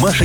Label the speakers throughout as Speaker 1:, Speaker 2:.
Speaker 1: Маша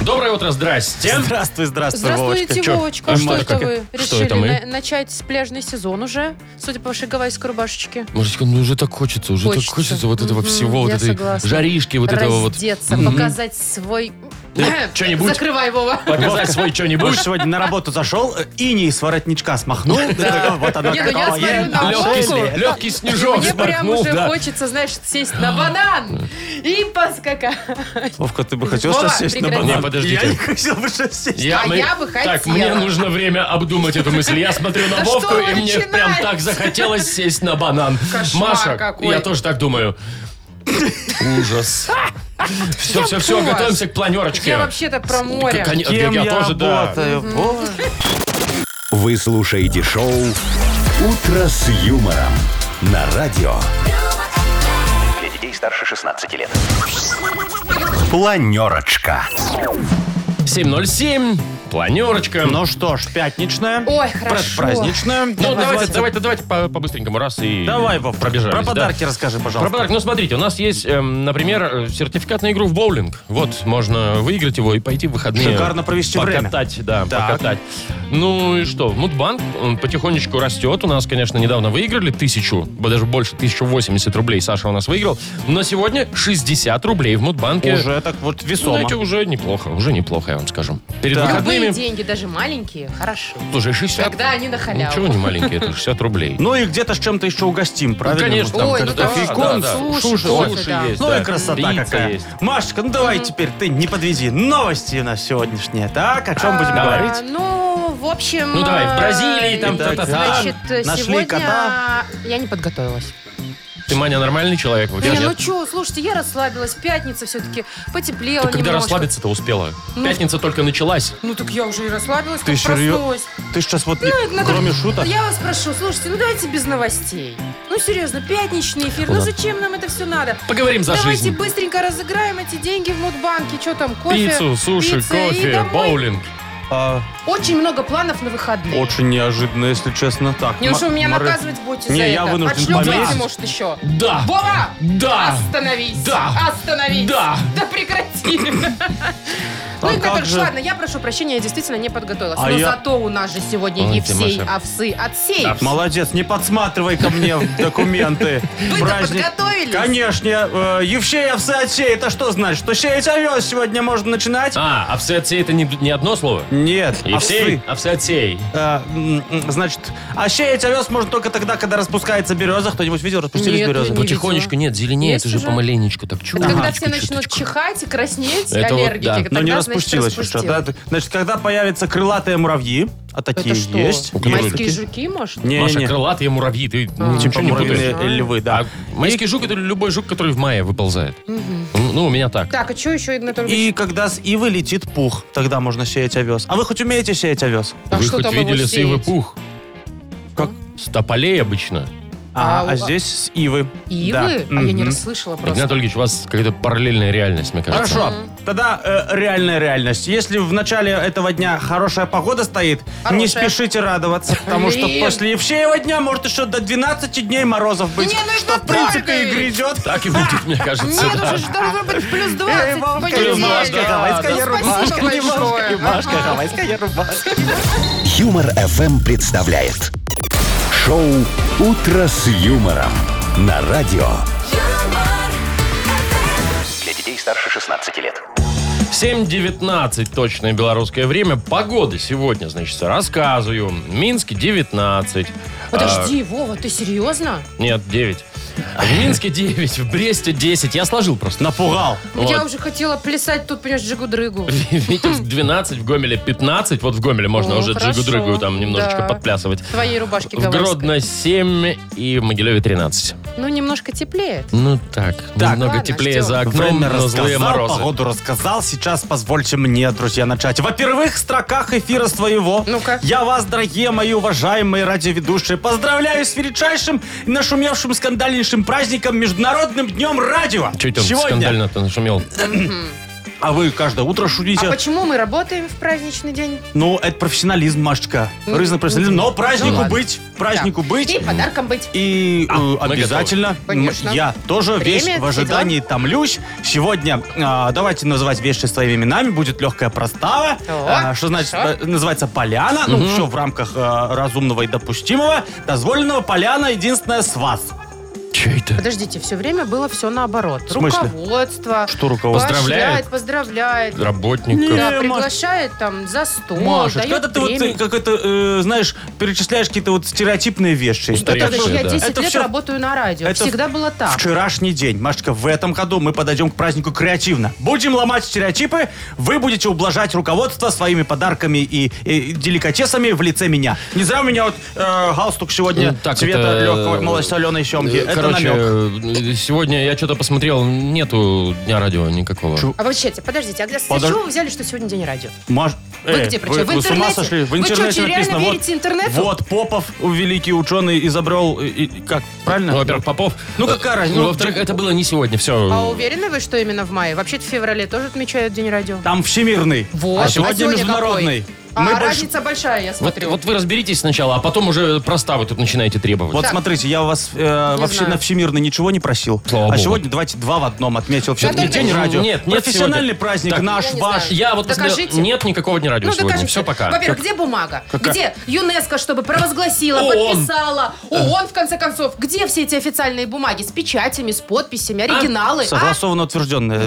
Speaker 2: Доброе утро, здрасте.
Speaker 3: Здравствуй, здравствуй,
Speaker 4: Здравствуйте,
Speaker 3: Вовочка. Чё?
Speaker 4: Вовочка.
Speaker 2: А
Speaker 4: Что
Speaker 2: Маша
Speaker 4: это
Speaker 2: как?
Speaker 4: вы
Speaker 2: Что это мы?
Speaker 4: решили на- начать с пляжный сезон уже? Судя по вашей гавайской рубашечке.
Speaker 2: Мужичка, ну уже так хочется, уже так хочется вот этого
Speaker 4: Мгм,
Speaker 2: всего, вот
Speaker 4: я
Speaker 2: этой
Speaker 4: согласна.
Speaker 2: жаришки, вот этого вот.
Speaker 4: Раздеться, показать свой...
Speaker 2: Э, чё-нибудь?
Speaker 4: Закрывай, Вова.
Speaker 2: Показать свой
Speaker 3: Муж
Speaker 2: что-нибудь.
Speaker 3: сегодня на работу зашел, э, иней с воротничка смахнул. такой, Вот оно
Speaker 4: Не, ну я
Speaker 3: какое.
Speaker 4: смотрю на
Speaker 3: Пошли.
Speaker 4: Вовку.
Speaker 2: Легкий, легкий снежок
Speaker 4: Мне прям
Speaker 2: смахнул,
Speaker 4: уже
Speaker 2: да.
Speaker 4: хочется, знаешь, сесть на банан и поскакать.
Speaker 3: Вовка, ты бы хотел
Speaker 4: Вова,
Speaker 3: сейчас сесть на
Speaker 4: прекрати.
Speaker 3: банан?
Speaker 2: Не, подождите.
Speaker 3: Я не хотел бы сейчас сесть.
Speaker 4: А я бы
Speaker 2: Так,
Speaker 4: хотела.
Speaker 2: мне нужно время обдумать эту мысль. Я смотрю на
Speaker 4: Да что
Speaker 2: Вовку,
Speaker 4: вы
Speaker 2: и мне прям
Speaker 4: начинаете?
Speaker 2: так захотелось сесть на банан.
Speaker 4: Кошмар
Speaker 2: Маша,
Speaker 4: какой.
Speaker 2: я тоже так думаю. Ужас. Все, все, все,
Speaker 4: тоже.
Speaker 2: готовимся к планерочке.
Speaker 4: Я вообще-то про море.
Speaker 2: Кон-
Speaker 3: Кем
Speaker 2: я
Speaker 3: я
Speaker 2: тоже, да.
Speaker 3: работаю? Боже.
Speaker 1: Вы слушаете шоу «Утро с юмором» на радио. Для детей старше 16 лет. Планерочка.
Speaker 2: 7.07. Планерочка.
Speaker 3: Ну что ж, пятничная.
Speaker 4: Ой, хорошо.
Speaker 3: Предпраздничная.
Speaker 2: Ну, давайте,
Speaker 3: Называется-
Speaker 2: давайте, давайте по- по-быстренькому раз и
Speaker 3: Давай, Вов,
Speaker 2: пробежались.
Speaker 3: Про
Speaker 2: да.
Speaker 3: подарки расскажи,
Speaker 2: Про
Speaker 3: пожалуйста.
Speaker 2: подарок. Ну, смотрите, у нас есть, эм, например, э, сертификат на игру в боулинг. Вот, можно выиграть его и пойти в выходные.
Speaker 3: Шикарно провести время.
Speaker 2: покатать, да,
Speaker 3: Так.
Speaker 2: покатать. Ну и что, Мудбанк он потихонечку растет. У нас, конечно, недавно выиграли тысячу, ба- даже больше, 1080 рублей Саша у нас выиграл. Но сегодня 60 рублей в Мудбанке.
Speaker 3: Уже так вот
Speaker 2: Ну,
Speaker 3: весомо.
Speaker 2: знаете, уже неплохо, уже неплохо, я вам скажу. Перед
Speaker 3: Так.
Speaker 4: Любые
Speaker 2: выходными...
Speaker 4: деньги, даже маленькие, хорошо.
Speaker 2: Слушай, 60...
Speaker 4: Когда они на халяву.
Speaker 2: Ничего Ну, не маленькие, это 60 рублей.
Speaker 3: Ну и где-то с чем-то еще угостим, правильно?
Speaker 2: конечно, там
Speaker 4: Ой, ну да, да,
Speaker 2: картофейком,
Speaker 4: да.
Speaker 2: суши,
Speaker 4: Слушай,
Speaker 2: суши
Speaker 4: кофе, да.
Speaker 2: есть.
Speaker 3: Ну
Speaker 2: да.
Speaker 3: и красота
Speaker 2: Пицца
Speaker 3: какая.
Speaker 2: есть.
Speaker 3: Машечка, ну давай теперь ты не подведи. Новости у нас сегодняшние. Так, о чем будем
Speaker 4: А,
Speaker 3: говорить?
Speaker 4: Ну, в общем...
Speaker 2: Ну, давай, в Бразилии там,
Speaker 4: э,
Speaker 2: та-та-та.
Speaker 4: Значит,
Speaker 3: Нашли
Speaker 4: сегодня...
Speaker 3: кота.
Speaker 4: Я не подготовилась.
Speaker 2: Ты, Маня, нормальный человек вообще?
Speaker 4: Не,
Speaker 2: нет?
Speaker 4: ну что, слушайте, я расслабилась. Пятница все-таки потеплела
Speaker 2: Ты когда
Speaker 4: немножко.
Speaker 2: расслабиться-то успела?
Speaker 4: Ну.
Speaker 2: Пятница только началась.
Speaker 4: Ну так я уже и расслабилась,
Speaker 3: Ты
Speaker 4: как
Speaker 3: еще рё-
Speaker 4: проснулась.
Speaker 3: Ты сейчас вот,
Speaker 4: Ну, это надо-
Speaker 3: кроме шуток,
Speaker 4: Я вас прошу, слушайте, ну давайте без новостей. Ну серьезно, пятничный эфир, ну
Speaker 2: Ладно.
Speaker 4: зачем нам это все надо?
Speaker 2: Поговорим за
Speaker 4: Давайте
Speaker 2: жизнь.
Speaker 4: быстренько разыграем эти деньги в Мудбанке. Что там, кофе?
Speaker 2: Пиццу, суши,
Speaker 4: пицца и
Speaker 2: кофе,
Speaker 4: домой.
Speaker 2: боулинг.
Speaker 3: а,
Speaker 4: Очень много планов на выходные.
Speaker 3: очень неожиданно, если честно. Так,
Speaker 4: Неужели
Speaker 3: Ма-
Speaker 4: меня
Speaker 3: Мары-
Speaker 4: наказывать будете
Speaker 3: Не,
Speaker 4: за
Speaker 3: я
Speaker 4: это?
Speaker 3: вынужден
Speaker 4: Отшлёпайте,
Speaker 2: поменять.
Speaker 4: может, еще.
Speaker 2: Да.
Speaker 4: Вова!
Speaker 2: Да.
Speaker 4: Остановись!
Speaker 2: Да.
Speaker 4: Остановись!
Speaker 2: Да.
Speaker 4: Да прекрати! Ну,
Speaker 3: А
Speaker 4: Игорь
Speaker 3: как
Speaker 4: Петрович,
Speaker 3: же?
Speaker 4: ладно, я прошу прощения, я действительно не подготовилась.
Speaker 3: А
Speaker 4: Но
Speaker 3: я-
Speaker 4: зато у нас же сегодня
Speaker 2: Ой,
Speaker 4: Евсей,
Speaker 2: ты, Маша.
Speaker 4: овсы, отсей.
Speaker 3: Молодец, не подсматривай ко мне в документы.
Speaker 4: Вы-то
Speaker 3: Праздник.
Speaker 4: подготовились?
Speaker 3: Конечно. э, Евсеев сеотсей, это что значит? Что сеять овес сегодня можно начинать?
Speaker 2: А, овсеотсей это не, не одно слово? А
Speaker 3: Нет, овсы.
Speaker 2: Евсей, овсеотсей.
Speaker 3: Э, м, м, Значит, а сеять овес можно только тогда, когда распускается береза. Кто-нибудь видел, распустились
Speaker 4: Нет,
Speaker 3: березы?
Speaker 4: не видела.
Speaker 2: Потихонечку, нет, зеленеет
Speaker 4: Есть
Speaker 2: уже
Speaker 4: уже?
Speaker 2: помаленечку. Так чуть
Speaker 4: Это когда все начнут чихать и краснеть,
Speaker 2: Это вот
Speaker 4: аллергики,
Speaker 2: да.
Speaker 4: тогда,
Speaker 3: Но Ну, не
Speaker 4: значит,
Speaker 3: распустилась еще.
Speaker 4: распустила.
Speaker 3: да? Значит, когда появятся крылатые муравьи, а такие
Speaker 4: Это что,
Speaker 3: есть.
Speaker 4: майские жуки, может?
Speaker 3: Не,
Speaker 2: Маша,
Speaker 3: не, не.
Speaker 2: крылатые муравьи, ты
Speaker 4: А.
Speaker 2: ничего не
Speaker 3: Муравьиные
Speaker 2: путаешь.
Speaker 3: львы, да.
Speaker 2: А майский жук это любой жук, который в мае выползает. Ну, ну, у меня так.
Speaker 4: Так, а что еще, Игнатольевич?
Speaker 3: И когда с ивы летит пух, тогда можно сеять овес. А вы хоть умеете сеять овес?
Speaker 4: А
Speaker 2: Вы
Speaker 4: что
Speaker 2: хоть
Speaker 4: там его
Speaker 2: видели сивый
Speaker 4: сеять?
Speaker 2: пух?
Speaker 3: Как?
Speaker 2: С тополей обычно.
Speaker 3: А,
Speaker 4: А,
Speaker 3: а
Speaker 4: у-
Speaker 3: здесь с ивы.
Speaker 4: Ивы?
Speaker 3: Да.
Speaker 4: А я не
Speaker 3: Мгм.
Speaker 4: расслышала просто.
Speaker 2: Игнат Ольгич, у вас какая-то параллельная реальность, мне
Speaker 4: а.
Speaker 2: кажется.
Speaker 3: Хорошо, тогда э, реальная реальность. Если в начале этого дня хорошая погода стоит, не
Speaker 4: Хорошая.
Speaker 3: спешите радоваться, потому что
Speaker 4: Блин.
Speaker 3: после Евсеева дня может еще до 12 дней морозов быть,
Speaker 4: Не, ну и
Speaker 3: что в
Speaker 4: так
Speaker 3: принципе и
Speaker 4: ты.
Speaker 3: грядет.
Speaker 2: Так и будет, мне кажется.
Speaker 4: Нет,
Speaker 2: да.
Speaker 4: уже ж должно быть плюс 20
Speaker 3: Эй,
Speaker 4: в
Speaker 3: Вовка,
Speaker 4: понедельник.
Speaker 3: рубашка, гавайская
Speaker 4: Ну,
Speaker 3: рубашка,
Speaker 4: спасибо большое.
Speaker 3: рубашка,
Speaker 4: Ага.
Speaker 3: гавайская рубашка.
Speaker 1: Юмор FM представляет шоу Утро с юмором на радио. Для детей старше 16 лет.
Speaker 2: 7.19 точное белорусское время. Погода сегодня, значит, рассказываю. Минске 19.
Speaker 4: Подожди, Вова, ты серьезно?
Speaker 2: А, нет, 9. В Минске 9, в Бресте 10. Я сложил просто.
Speaker 3: Напугал.
Speaker 4: Я
Speaker 2: Вот.
Speaker 4: уже хотела плясать тут, понимаешь, джигу-дрыгу.
Speaker 2: Витебск 12, в Гомеле 15. Вот в Гомеле можно
Speaker 4: О,
Speaker 2: уже
Speaker 4: хорошо.
Speaker 2: джигу-дрыгу там немножечко
Speaker 4: Да.
Speaker 2: подплясывать.
Speaker 4: В твоей рубашке
Speaker 2: В
Speaker 4: гавайской.
Speaker 2: Гродно 7 и в Могилеве 13.
Speaker 4: Ну, немножко теплее.
Speaker 2: Ну так, немного
Speaker 4: ладно,
Speaker 2: теплее
Speaker 4: ждем.
Speaker 2: за окном,
Speaker 3: Время
Speaker 2: но злые
Speaker 3: рассказал,
Speaker 2: морозы.
Speaker 3: погоду рассказал. Сейчас позвольте мне, друзья, начать. Во первых строках эфира своего.
Speaker 4: Ну-ка.
Speaker 3: Я вас, дорогие мои уважаемые радиоведущие, поздравляю с величайшим и нашумевшим скандальнейшим праздником Международным днем радио.
Speaker 2: Чуть он
Speaker 3: Сегодня
Speaker 2: скандально-то нашумел.
Speaker 3: А вы каждое утро шутите.
Speaker 4: А почему мы работаем в праздничный день?
Speaker 3: Ну, это профессионализм, Машечка. Рызный профессионализм. Но празднику
Speaker 4: ну ладно.
Speaker 3: быть, празднику
Speaker 4: Да.
Speaker 3: быть.
Speaker 4: И подарком быть.
Speaker 3: И э,
Speaker 2: А, мы
Speaker 3: обязательно
Speaker 4: готовы. Конечно.
Speaker 3: я тоже
Speaker 4: Время,
Speaker 3: весь в
Speaker 4: все
Speaker 3: ожидании томлюсь. Сегодня а, давайте называть вещи своими именами. Будет легкая простава.
Speaker 4: О,
Speaker 3: А, что значит
Speaker 4: хорошо.
Speaker 3: э, называется поляна? Ну, все в рамках э, разумного и допустимого. Дозволенного поляна единственная с вас.
Speaker 2: Че это?
Speaker 4: Подождите, все время было все наоборот.
Speaker 3: смысле?
Speaker 4: Руководство.
Speaker 3: Что руководство?
Speaker 2: Поздравляет?
Speaker 4: Поздравляет, поздравляет.
Speaker 2: Работников.
Speaker 3: Не,
Speaker 4: Да,
Speaker 3: Э, Маш-
Speaker 4: приглашает там за стол,
Speaker 3: Маша,
Speaker 4: дает
Speaker 3: когда ты вот
Speaker 4: премию.
Speaker 3: э, как это, э, знаешь, перечисляешь какие-то вот стереотипные вещи.
Speaker 2: Ну,
Speaker 4: Да,
Speaker 2: Старик,
Speaker 4: да, да,
Speaker 2: что ли,
Speaker 4: я
Speaker 2: да?
Speaker 4: 10
Speaker 3: Это
Speaker 4: лет
Speaker 3: всё-
Speaker 4: работаю на радио.
Speaker 3: это
Speaker 4: Всегда было так.
Speaker 3: Вчерашний день. Машечка, в этом году мы подойдем к празднику креативно. Будем ломать стереотипы, вы будете ублажать руководство своими подарками и, и деликатесами в лице меня. Не зря у меня вот э, галстук сегодня
Speaker 2: Ну, так
Speaker 3: цвета
Speaker 2: это,
Speaker 3: легкого малосоленой семги.
Speaker 2: Э,
Speaker 3: Это
Speaker 2: Короче,
Speaker 3: намек.
Speaker 2: э, сегодня я что-то посмотрел, нету дня радио никакого.
Speaker 3: Чу-
Speaker 4: А вообще, подождите, а для- с
Speaker 3: Подож-
Speaker 4: чего вы взяли, что сегодня день радио?
Speaker 3: Маш-
Speaker 4: Вы
Speaker 3: э,
Speaker 4: где, причем? В
Speaker 3: вы с ума
Speaker 4: интернете?
Speaker 3: сошли? В
Speaker 4: Вы чё,
Speaker 3: интернете
Speaker 4: че, реально
Speaker 3: написано.
Speaker 4: верите интернету?
Speaker 3: вот, вот Попов, великий ученый, изобрел... и- и- как, правильно?
Speaker 2: Ну, во-первых, Попов.
Speaker 3: Ну, какая
Speaker 2: Э,
Speaker 3: разница?
Speaker 2: ну, Во-вторых, это было не сегодня, все.
Speaker 4: А уверены вы, что именно в мае? Вообще-то в феврале тоже отмечают день радио.
Speaker 3: Там всемирный.
Speaker 4: Вот.
Speaker 3: А сегодня
Speaker 4: какой?
Speaker 3: международный.
Speaker 4: А
Speaker 3: Мы больше-
Speaker 4: разница большая, я
Speaker 2: Вот,
Speaker 4: смотрю.
Speaker 2: вот вы разберитесь сначала, а потом уже проставы тут начинаете требовать.
Speaker 3: Вот
Speaker 4: Так.
Speaker 3: смотрите, я у вас э, вообще
Speaker 4: знаю.
Speaker 3: на всемирный ничего не просил.
Speaker 2: Слава
Speaker 3: а
Speaker 2: богу.
Speaker 3: сегодня давайте два в одном отметил. Все-таки
Speaker 4: только-
Speaker 3: день радио.
Speaker 2: Нет, нет
Speaker 3: Профессиональный
Speaker 2: сегодня.
Speaker 3: праздник
Speaker 2: Так.
Speaker 3: наш,
Speaker 4: Я не
Speaker 3: ваш.
Speaker 4: знаю.
Speaker 2: Я вот посмотрел-
Speaker 4: Докажите.
Speaker 2: нет никакого дня радио
Speaker 4: Ну,
Speaker 2: сегодня.
Speaker 4: докажите.
Speaker 2: Все пока.
Speaker 4: Во-первых, где бумага?
Speaker 3: Какая?
Speaker 4: Где ЮНЕСКО, чтобы провозгласила,
Speaker 2: ООН.
Speaker 4: подписала? ООН, в конце концов. Где все эти официальные бумаги с печатями, с подписями, оригиналы? а?
Speaker 3: Согласованно утвержденное.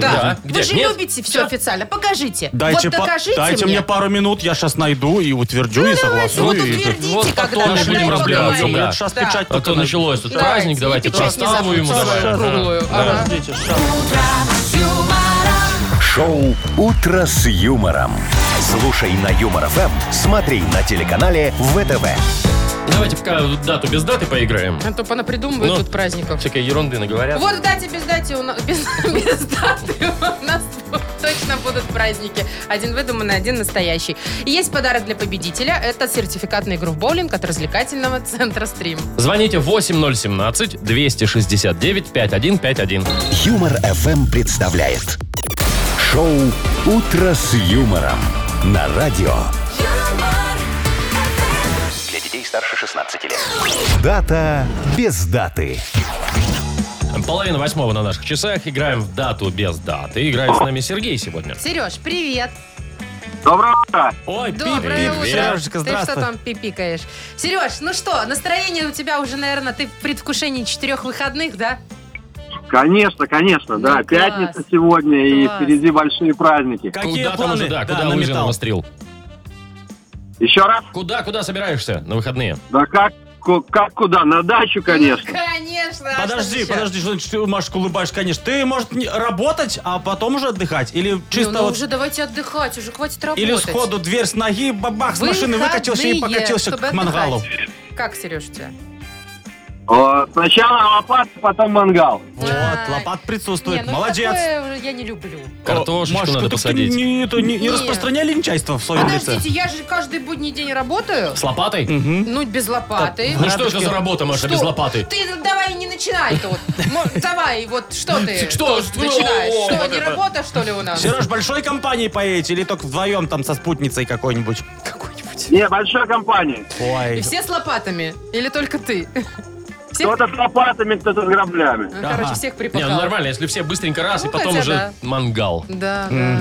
Speaker 4: Да.
Speaker 2: Да. Где?
Speaker 4: Вы же
Speaker 2: Нет?
Speaker 4: любите все официально. Покажите.
Speaker 3: Дайте,
Speaker 4: вот
Speaker 3: па-
Speaker 4: докажите
Speaker 3: дайте мне.
Speaker 4: мне.
Speaker 3: пару минут, я сейчас найду и утвержу,
Speaker 4: Ну,
Speaker 3: и
Speaker 4: давайте,
Speaker 3: согласую.
Speaker 4: вот
Speaker 3: и-
Speaker 4: утвердите,
Speaker 2: Вот
Speaker 4: когда
Speaker 2: потом мы
Speaker 4: тогда
Speaker 2: будем
Speaker 4: и
Speaker 2: разбираться,
Speaker 4: поговорим.
Speaker 2: да.
Speaker 3: Лет шас
Speaker 4: Да.
Speaker 3: печать
Speaker 2: А
Speaker 3: только
Speaker 2: то началось тут праздник, давайте
Speaker 4: и печать не
Speaker 2: проставу ему
Speaker 4: забудьте,
Speaker 2: давай.
Speaker 4: круглую. Ага.
Speaker 1: Шоу «Утро с юмором». Слушай на Юмор ФМ, смотри на телеканале ВТВ.
Speaker 2: Давайте пока дату без даты поиграем.
Speaker 4: А то понапридумывают
Speaker 2: Ну.
Speaker 4: тут праздников.
Speaker 2: Всякой ерунды наговорят.
Speaker 4: Вот в дате без дати у нас, без, без даты у нас тут точно будут праздники. Один выдуманный, один настоящий. И есть подарок для победителя. Это сертификат на игру в боулинг от развлекательного центра «Стрим».
Speaker 2: Звоните 8017-269-5151.
Speaker 1: Юмор ФМ представляет. Шоу «Утро с юмором» на радио. Для детей старше 16 лет. Дата без даты.
Speaker 2: Половина восьмого на наших часах. Играем в дату без даты. Играет с нами Сергей сегодня.
Speaker 4: Сереж, привет.
Speaker 5: Доброе утро.
Speaker 3: Ой,
Speaker 4: Доброе
Speaker 2: пип,
Speaker 4: утро.
Speaker 3: Сережечка,
Speaker 4: Ты что
Speaker 3: здравствуй.
Speaker 4: там пипикаешь? Сереж, ну что, настроение у тебя уже, наверное, ты в предвкушении четырех выходных, да?
Speaker 5: Конечно, конечно,
Speaker 4: Ну,
Speaker 5: да.
Speaker 4: класс.
Speaker 5: Пятница сегодня
Speaker 4: Класс.
Speaker 5: и впереди большие праздники.
Speaker 3: Какие
Speaker 2: куда
Speaker 3: планы?
Speaker 2: там уже, да,
Speaker 3: Да,
Speaker 2: куда
Speaker 3: на
Speaker 2: лыжи
Speaker 3: металл.
Speaker 2: навострил?
Speaker 5: Еще раз?
Speaker 2: Куда, куда собираешься на выходные?
Speaker 5: Да как, ку- как куда? На дачу, конечно.
Speaker 4: Конечно. а что
Speaker 3: Подожди,
Speaker 4: еще?
Speaker 3: подожди, что значит, ты, Машка, улыбаешь, конечно. Ты, может, не- работать, а потом уже отдыхать? Или
Speaker 4: Ну,
Speaker 3: чисто
Speaker 4: ну
Speaker 3: вот...
Speaker 4: уже давайте отдыхать, уже хватит работать.
Speaker 3: Или сходу дверь с ноги, бабах, с машины
Speaker 4: Выходные,
Speaker 3: выкатился и покатился
Speaker 4: чтобы
Speaker 3: к мангалу.
Speaker 4: отдыхать. Как, Сереж, у тебя?
Speaker 5: О, сначала лопата, потом мангал.
Speaker 3: Вот, лопат присутствует.
Speaker 4: Не, ну
Speaker 3: Молодец.
Speaker 4: такое уже я не люблю.
Speaker 2: Картошечку
Speaker 3: Машечка,
Speaker 2: надо
Speaker 3: так ты
Speaker 2: посадить.
Speaker 3: Не, это не- не
Speaker 4: Не.
Speaker 3: распространяли нечайство в своем лице.
Speaker 4: Подождите, я же каждый будний день работаю.
Speaker 2: С лопатой?
Speaker 3: Мгм.
Speaker 4: Ну, без лопаты.
Speaker 2: Ну что это за работа, Маша,
Speaker 4: Что?
Speaker 2: без лопаты?
Speaker 4: Ты ну, давай не начинай тут. Мо- Давай, вот что ты
Speaker 2: Что?
Speaker 4: тут начинаешь?
Speaker 2: О,
Speaker 4: Что,
Speaker 2: вот
Speaker 4: не
Speaker 2: это.
Speaker 4: работа, что ли, у нас?
Speaker 3: Сереж, большой компанией поедете или только вдвоем там со спутницей какой-нибудь?
Speaker 5: Не, большая компания.
Speaker 3: Ой.
Speaker 4: И все с лопатами? Или только ты? Все-
Speaker 5: Кто-то с лопатами, кто-то с граблями.
Speaker 4: Ну, Короче,
Speaker 3: Ага.
Speaker 4: всех
Speaker 2: Не,
Speaker 4: припахал.
Speaker 2: ну нормально, если все быстренько раз,
Speaker 4: Ну,
Speaker 2: и потом
Speaker 4: хотя
Speaker 2: уже
Speaker 4: да.
Speaker 2: мангал.
Speaker 4: Да, да.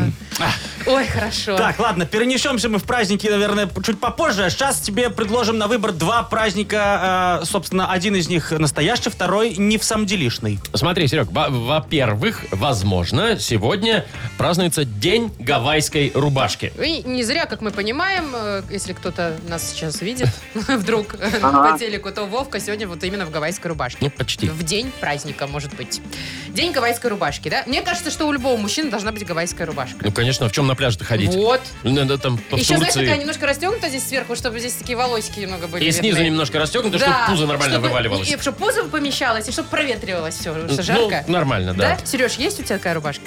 Speaker 4: Ой, хорошо.
Speaker 3: Так, ладно, перенесемся мы в праздники, наверное, п- чуть попозже. А сейчас тебе предложим на выбор два праздника. э, собственно, один из них настоящий, второй не в самом делишный.
Speaker 2: Смотри, Серег, во- во-первых, возможно, сегодня празднуется День гавайской рубашки.
Speaker 4: И не зря, как мы понимаем, э, если кто-то нас сейчас видит вдруг э,
Speaker 5: Ага.
Speaker 4: по телеку, то Вовка сегодня вот именно в гавайской рубашке.
Speaker 2: Ну, почти.
Speaker 4: В день праздника, может быть. День гавайской рубашки, да? Мне кажется, что у любого мужчины должна быть гавайская рубашка.
Speaker 2: Ну, конечно, в чем на пляж-то ходить?
Speaker 4: Вот.
Speaker 2: Надо там по
Speaker 4: Еще, знаешь, такая
Speaker 2: Турции.
Speaker 4: немножко расстегнута здесь сверху, чтобы здесь такие волосики немного были.
Speaker 2: И снизу
Speaker 4: видны.
Speaker 2: немножко расстегнуто, чтобы
Speaker 4: Да,
Speaker 2: пузо нормально
Speaker 4: чтобы-
Speaker 2: вываливалось.
Speaker 4: И чтобы пузо помещалось, и чтобы проветривалось все, потому что
Speaker 2: Ну,
Speaker 4: жарко.
Speaker 2: нормально, да.
Speaker 4: Сереж, есть у тебя такая рубашка?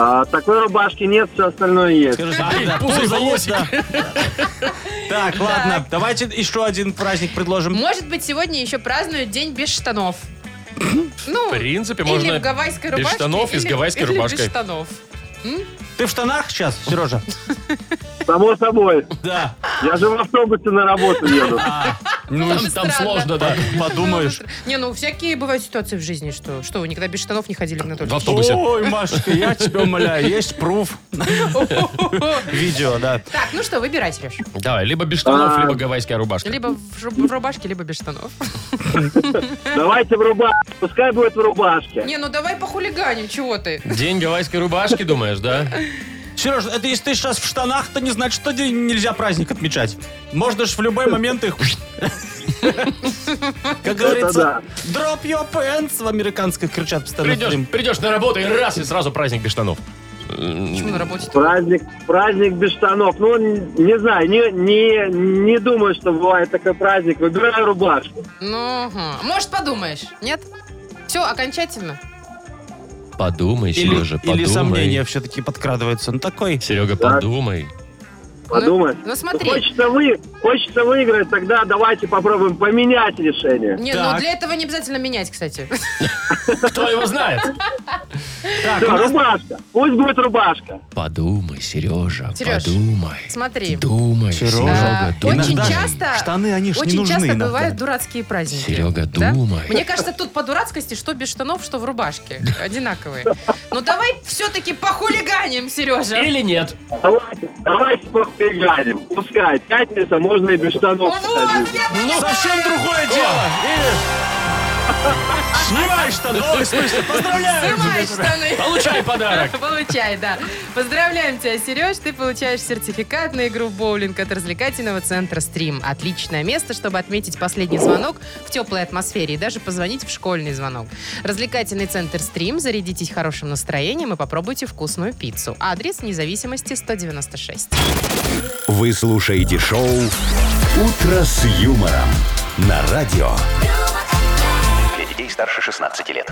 Speaker 5: А, такой рубашки нет, все остальное есть.
Speaker 3: Скажи,
Speaker 2: Ай,
Speaker 3: да,
Speaker 2: пузо и
Speaker 3: пузо есть,
Speaker 2: волосики.
Speaker 3: да. Так, ладно, давайте еще один праздник предложим.
Speaker 4: Может быть, сегодня еще празднуют день без штанов. Ну,
Speaker 2: В принципе,
Speaker 4: или
Speaker 2: можно
Speaker 4: в гавайской
Speaker 2: без
Speaker 4: рубашке.
Speaker 2: штанов и с
Speaker 4: или-
Speaker 2: гавайской
Speaker 4: или
Speaker 2: рубашкой.
Speaker 4: без штанов.
Speaker 3: Ты в штанах сейчас, Сережа?
Speaker 5: Само собой.
Speaker 3: Да.
Speaker 5: Я же в автобусе на работу еду.
Speaker 2: Ну,
Speaker 4: Там
Speaker 2: там,
Speaker 4: странно.
Speaker 2: сложно, да.
Speaker 3: Подумаешь.
Speaker 4: Не, ну всякие бывают ситуации в жизни, что, что вы никогда без штанов не ходили на
Speaker 2: В
Speaker 4: только.
Speaker 2: автобусе.
Speaker 3: Ой, Машка, я тебя умоляю, есть пруф. Видео, да.
Speaker 4: Так, ну что, выбирай, Сереж.
Speaker 2: Давай, либо без штанов,
Speaker 5: А.
Speaker 2: либо гавайская рубашка.
Speaker 4: Либо в, жу- в рубашке, либо без штанов.
Speaker 5: Давайте в рубашке. Пускай будет в рубашке.
Speaker 4: Не, ну давай похулиганим, чего ты?
Speaker 2: День гавайской рубашки, думаешь, да?
Speaker 3: Сережа, это если ты сейчас в штанах, то не значит, что день нельзя праздник отмечать. Можно ж в любой момент их... Как
Speaker 5: да.
Speaker 3: говорится, drop your pants в американской кричат постоянно.
Speaker 2: Придешь, придешь на работу и раз, и сразу праздник без штанов.
Speaker 4: Почему на работе?
Speaker 5: Праздник, праздник без штанов. Ну, н- не знаю, не, не, не думаю, что бывает такой праздник. Выбираю рубашку.
Speaker 4: Ну, ага. может, подумаешь, нет? Все, окончательно?
Speaker 2: Подумай,
Speaker 3: Или,
Speaker 2: Сережа, подумай.
Speaker 3: или сомнения все-таки подкрадываются. Ну такой...
Speaker 2: Серега, подумай.
Speaker 5: Подумай.
Speaker 4: Ну, ну, смотри.
Speaker 5: Хочется, вы, хочется выиграть, тогда давайте попробуем поменять решение.
Speaker 4: Не,
Speaker 3: Так.
Speaker 4: ну для этого не обязательно менять, кстати.
Speaker 2: Кто его знает?
Speaker 3: Так,
Speaker 5: Всё,
Speaker 3: у нас-
Speaker 5: рубашка. Пусть будет рубашка.
Speaker 2: Подумай, Сережа,
Speaker 4: Сереж,
Speaker 2: подумай.
Speaker 4: смотри.
Speaker 2: Думай,
Speaker 3: Сережа,
Speaker 4: А, Очень
Speaker 3: иногда же
Speaker 4: часто,
Speaker 3: штаны, они ж не
Speaker 4: очень
Speaker 3: нужны
Speaker 4: часто
Speaker 3: иногда.
Speaker 4: бывают дурацкие праздники.
Speaker 2: Серега,
Speaker 4: Да?
Speaker 2: думай.
Speaker 4: Мне кажется, тут по дурацкости, что без штанов, что в рубашке. Одинаковые. Ну давай все-таки похулиганим, Сережа.
Speaker 2: Или нет?
Speaker 5: Давайте, давайте поиграем. Пускай пятница, можно и без штанов.
Speaker 4: Вот,
Speaker 5: сходить.
Speaker 4: Ну, я
Speaker 3: Совсем другое дело. Видишь? Снимай штаны. В смысле, поздравляю.
Speaker 4: снимаю штаны.
Speaker 2: Получай подарок.
Speaker 4: Получай, да. Поздравляем тебя, Сереж. Ты получаешь сертификат на игру в боулинг от развлекательного центра «Стрим». Отличное место, чтобы отметить последний звонок в теплой атмосфере и даже позвонить в школьный звонок. Развлекательный центр «Стрим». Зарядитесь хорошим настроением и попробуйте вкусную пиццу. Адрес независимости 196.
Speaker 1: Вы слушаете шоу «Утро с юмором» на радио.
Speaker 6: Для детей старше 16 лет.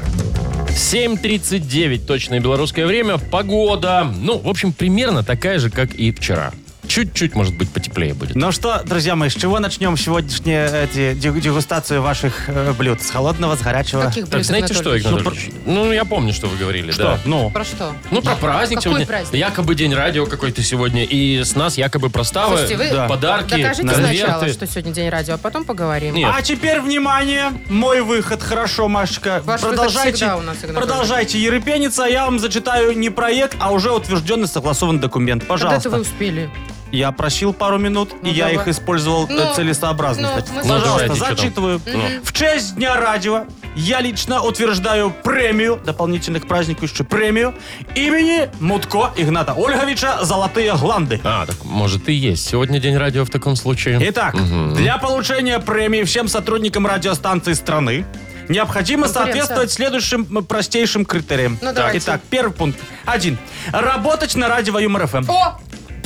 Speaker 2: 7.39, точное белорусское время. Погода. Ну, в общем, примерно такая же, как и вчера. Чуть-чуть, может быть, потеплее будет.
Speaker 3: Ну что, друзья мои, с чего начнем сегодняшнюю эти, дег- дегустацию ваших э, блюд? С холодного, с горячего?
Speaker 4: Каких
Speaker 2: Так,
Speaker 4: блюд,
Speaker 2: знаете что,
Speaker 4: Анатолий?
Speaker 2: Игнат Ольгович? Ну, я помню, что вы говорили,
Speaker 3: Что?
Speaker 2: да.
Speaker 3: Ну,
Speaker 4: Про что?
Speaker 2: Ну, про праздник
Speaker 4: Какой
Speaker 2: сегодня.
Speaker 4: праздник?
Speaker 2: Якобы день радио какой-то сегодня. И с нас якобы проставы,
Speaker 4: Слушайте, вы
Speaker 2: да, подарки,
Speaker 4: докажите
Speaker 2: конверты.
Speaker 4: сначала, что сегодня день радио, а потом поговорим.
Speaker 2: Нет.
Speaker 3: А теперь внимание, мой выход, хорошо, Машечка.
Speaker 4: Ваш выход
Speaker 3: продолжайте,
Speaker 4: всегда у нас, Игнат
Speaker 3: продолжайте ерепениться, а я вам зачитаю не проект, а уже утвержденный согласованный документ.
Speaker 4: Когда
Speaker 3: Пожалуйста.
Speaker 4: это вы успели?
Speaker 3: Я просил пару минут,
Speaker 4: Ну,
Speaker 3: и я
Speaker 4: давай.
Speaker 3: их использовал э,
Speaker 4: Ну,
Speaker 3: целесообразно.
Speaker 4: ну,
Speaker 3: кстати.
Speaker 4: мы слушаем.
Speaker 3: Пожалуйста,
Speaker 2: Ну, давайте,
Speaker 3: зачитываю.
Speaker 2: чё там? Ну.
Speaker 3: В честь Дня радио я лично утверждаю премию, дополнительно к празднику еще премию, имени Мутко Игната Ольговича «Золотые гланды».
Speaker 2: А, так может и есть. Сегодня день радио в таком случае.
Speaker 3: Итак, для получения премии всем сотрудникам радиостанций страны необходимо
Speaker 4: Конкуренция.
Speaker 3: соответствовать следующим м, простейшим критериям.
Speaker 4: Ну, давайте.
Speaker 3: Итак, первый пункт. Один. Работать на радио Юмор ФМ.
Speaker 4: О!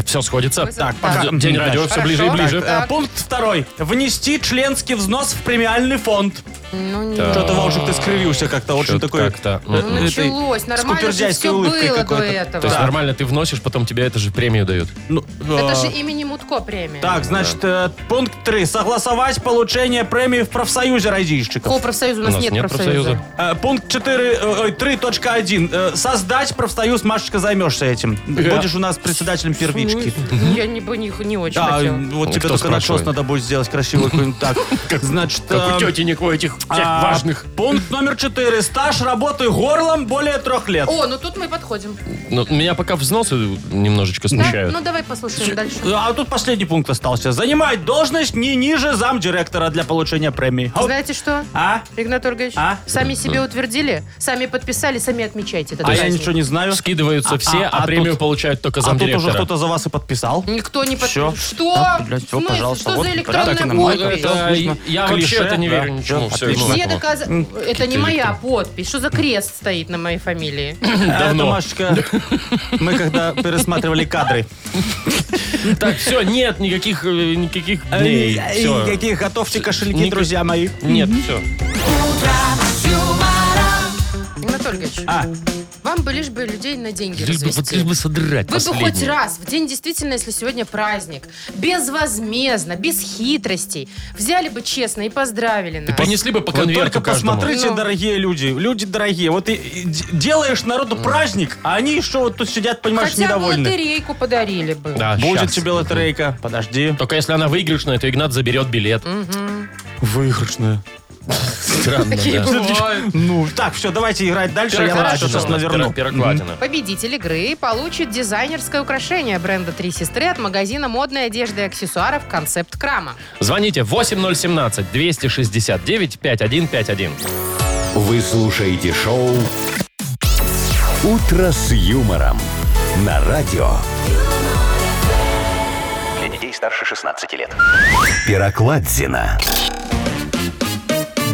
Speaker 2: Все сходится.
Speaker 4: Так,
Speaker 3: пока.
Speaker 2: День День радио все
Speaker 4: Хорошо.
Speaker 2: ближе и
Speaker 4: Так,
Speaker 2: ближе.
Speaker 4: так.
Speaker 3: Пункт второй. Внести членский взнос в премиальный фонд.
Speaker 4: Ну, не
Speaker 3: Что-то, Вовчик, ты скривился как-то очень
Speaker 2: Чё-то
Speaker 3: такой.
Speaker 2: как-то,
Speaker 3: э,
Speaker 2: м.
Speaker 4: Ну,
Speaker 3: этой
Speaker 4: началось. Нормально же
Speaker 3: скупердяйской
Speaker 4: все
Speaker 3: улыбкой
Speaker 4: было до
Speaker 3: какой-то.
Speaker 4: этого.
Speaker 2: То есть
Speaker 3: Да.
Speaker 2: нормально ты вносишь, потом тебе это же премию дают.
Speaker 3: Ну,
Speaker 4: Это
Speaker 3: э,
Speaker 4: же имени Мутко премия.
Speaker 3: Так, значит, э, пункт три. Согласовать получение премии в профсоюзе радищиков.
Speaker 4: Какого профсоюза? У нас, нет, профсоюза.
Speaker 3: Э, Пункт 4, э, ой, 3.1. Э, Создать профсоюз, Машечка, займешься этим. Будешь у нас председателем первички.
Speaker 4: Ну, Я не, бы не, не очень
Speaker 3: Да, ну,
Speaker 4: хотела.
Speaker 3: вот тебе
Speaker 2: Ну, Кто
Speaker 3: только
Speaker 2: спрашивает?
Speaker 3: начос надо будет сделать красивый какой-нибудь так. Значит,
Speaker 2: Как у
Speaker 3: э,
Speaker 2: тетенек у этих всех
Speaker 3: а,
Speaker 2: важных.
Speaker 3: Пункт номер 4. Стаж работы горлом более трех лет.
Speaker 4: О, ну тут мы подходим.
Speaker 2: Ну, меня пока взносы
Speaker 4: Да?
Speaker 2: немножечко смущают.
Speaker 4: Ну давай послушаем дальше.
Speaker 3: А тут последний пункт остался. Занимать должность не ниже замдиректора для получения премии. Оп.
Speaker 4: Знаете что?
Speaker 3: А?
Speaker 4: Игнат Ольгович,
Speaker 3: А?
Speaker 4: сами себе утвердили, сами подписали, сами отмечайте этот
Speaker 3: А я
Speaker 4: праздник.
Speaker 3: ничего не знаю.
Speaker 2: Скидываются
Speaker 3: А-
Speaker 2: все,
Speaker 3: а-
Speaker 2: а,
Speaker 3: а
Speaker 2: премию
Speaker 3: тут-
Speaker 2: получают только
Speaker 3: А тут уже
Speaker 2: замдиректора.
Speaker 3: кто-то за вас и подписал.
Speaker 4: Никто не подписал.
Speaker 3: Всё.
Speaker 4: Что?
Speaker 3: А, блядь, всё,
Speaker 4: В смысле,
Speaker 3: пожалуйста,
Speaker 4: Что
Speaker 3: вот
Speaker 4: за
Speaker 3: порядок
Speaker 4: электронная
Speaker 3: на
Speaker 2: Это-
Speaker 3: майках.
Speaker 4: подпись?
Speaker 3: Всё слышно.
Speaker 2: я
Speaker 3: Клише,
Speaker 2: вообще это не
Speaker 3: да.
Speaker 2: верю ничему.
Speaker 3: Всё,
Speaker 2: Всё,
Speaker 3: отлично.
Speaker 2: ну,
Speaker 4: Все
Speaker 2: Ладно.
Speaker 4: доказ... Это не моя подпись. Что за крест стоит на моей фамилии?
Speaker 3: Это,
Speaker 2: Давно.
Speaker 3: Машечка, мы когда пересматривали кадры.
Speaker 2: Так, все, нет никаких, э, никаких дней.
Speaker 3: Эй,
Speaker 2: Всё.
Speaker 3: Какие готовьте кошельки,
Speaker 2: Ник-
Speaker 3: друзья мои.
Speaker 2: Нет, все.
Speaker 4: Игнат Ольгович,
Speaker 3: А,
Speaker 4: Вам бы лишь бы людей на деньги
Speaker 2: Лишь бы, вот
Speaker 4: развести.
Speaker 2: лишь бы содрать
Speaker 4: Вы бы хоть
Speaker 2: последнюю.
Speaker 4: раз в день, действительно, если сегодня праздник, безвозмездно, без хитростей, взяли бы честно и поздравили
Speaker 2: И
Speaker 3: А
Speaker 4: нас.
Speaker 2: понесли бы по
Speaker 3: Вы
Speaker 2: конверту
Speaker 3: только
Speaker 2: каждому.
Speaker 3: посмотрите,
Speaker 4: Ну.
Speaker 3: дорогие люди. Люди дорогие. Вот и, и д- делаешь народу праздник, а они еще вот тут сидят, понимаешь,
Speaker 4: Хотя бы
Speaker 3: недовольны.
Speaker 4: лотерейку подарили бы.
Speaker 2: Да,
Speaker 3: Будет
Speaker 2: А щас.
Speaker 3: тебе лотерейка. Подожди.
Speaker 2: Только если она выигрышная, то Игнат заберет билет.
Speaker 3: Выигрышная.
Speaker 2: Странно,
Speaker 4: Такие
Speaker 2: да.
Speaker 4: бывают.
Speaker 3: Ну, так, все, давайте играть дальше. Я вам сейчас наверну.
Speaker 2: Пирокладина.
Speaker 4: Победитель игры получит дизайнерское украшение бренда «Три сестры» от магазина модной одежды и аксессуаров «Концепт Крама».
Speaker 2: Звоните 8017-269-5151.
Speaker 1: Вы слушаете шоу «Утро с юмором» на радио.
Speaker 6: Для детей старше 16 лет.
Speaker 1: Пирокладзина.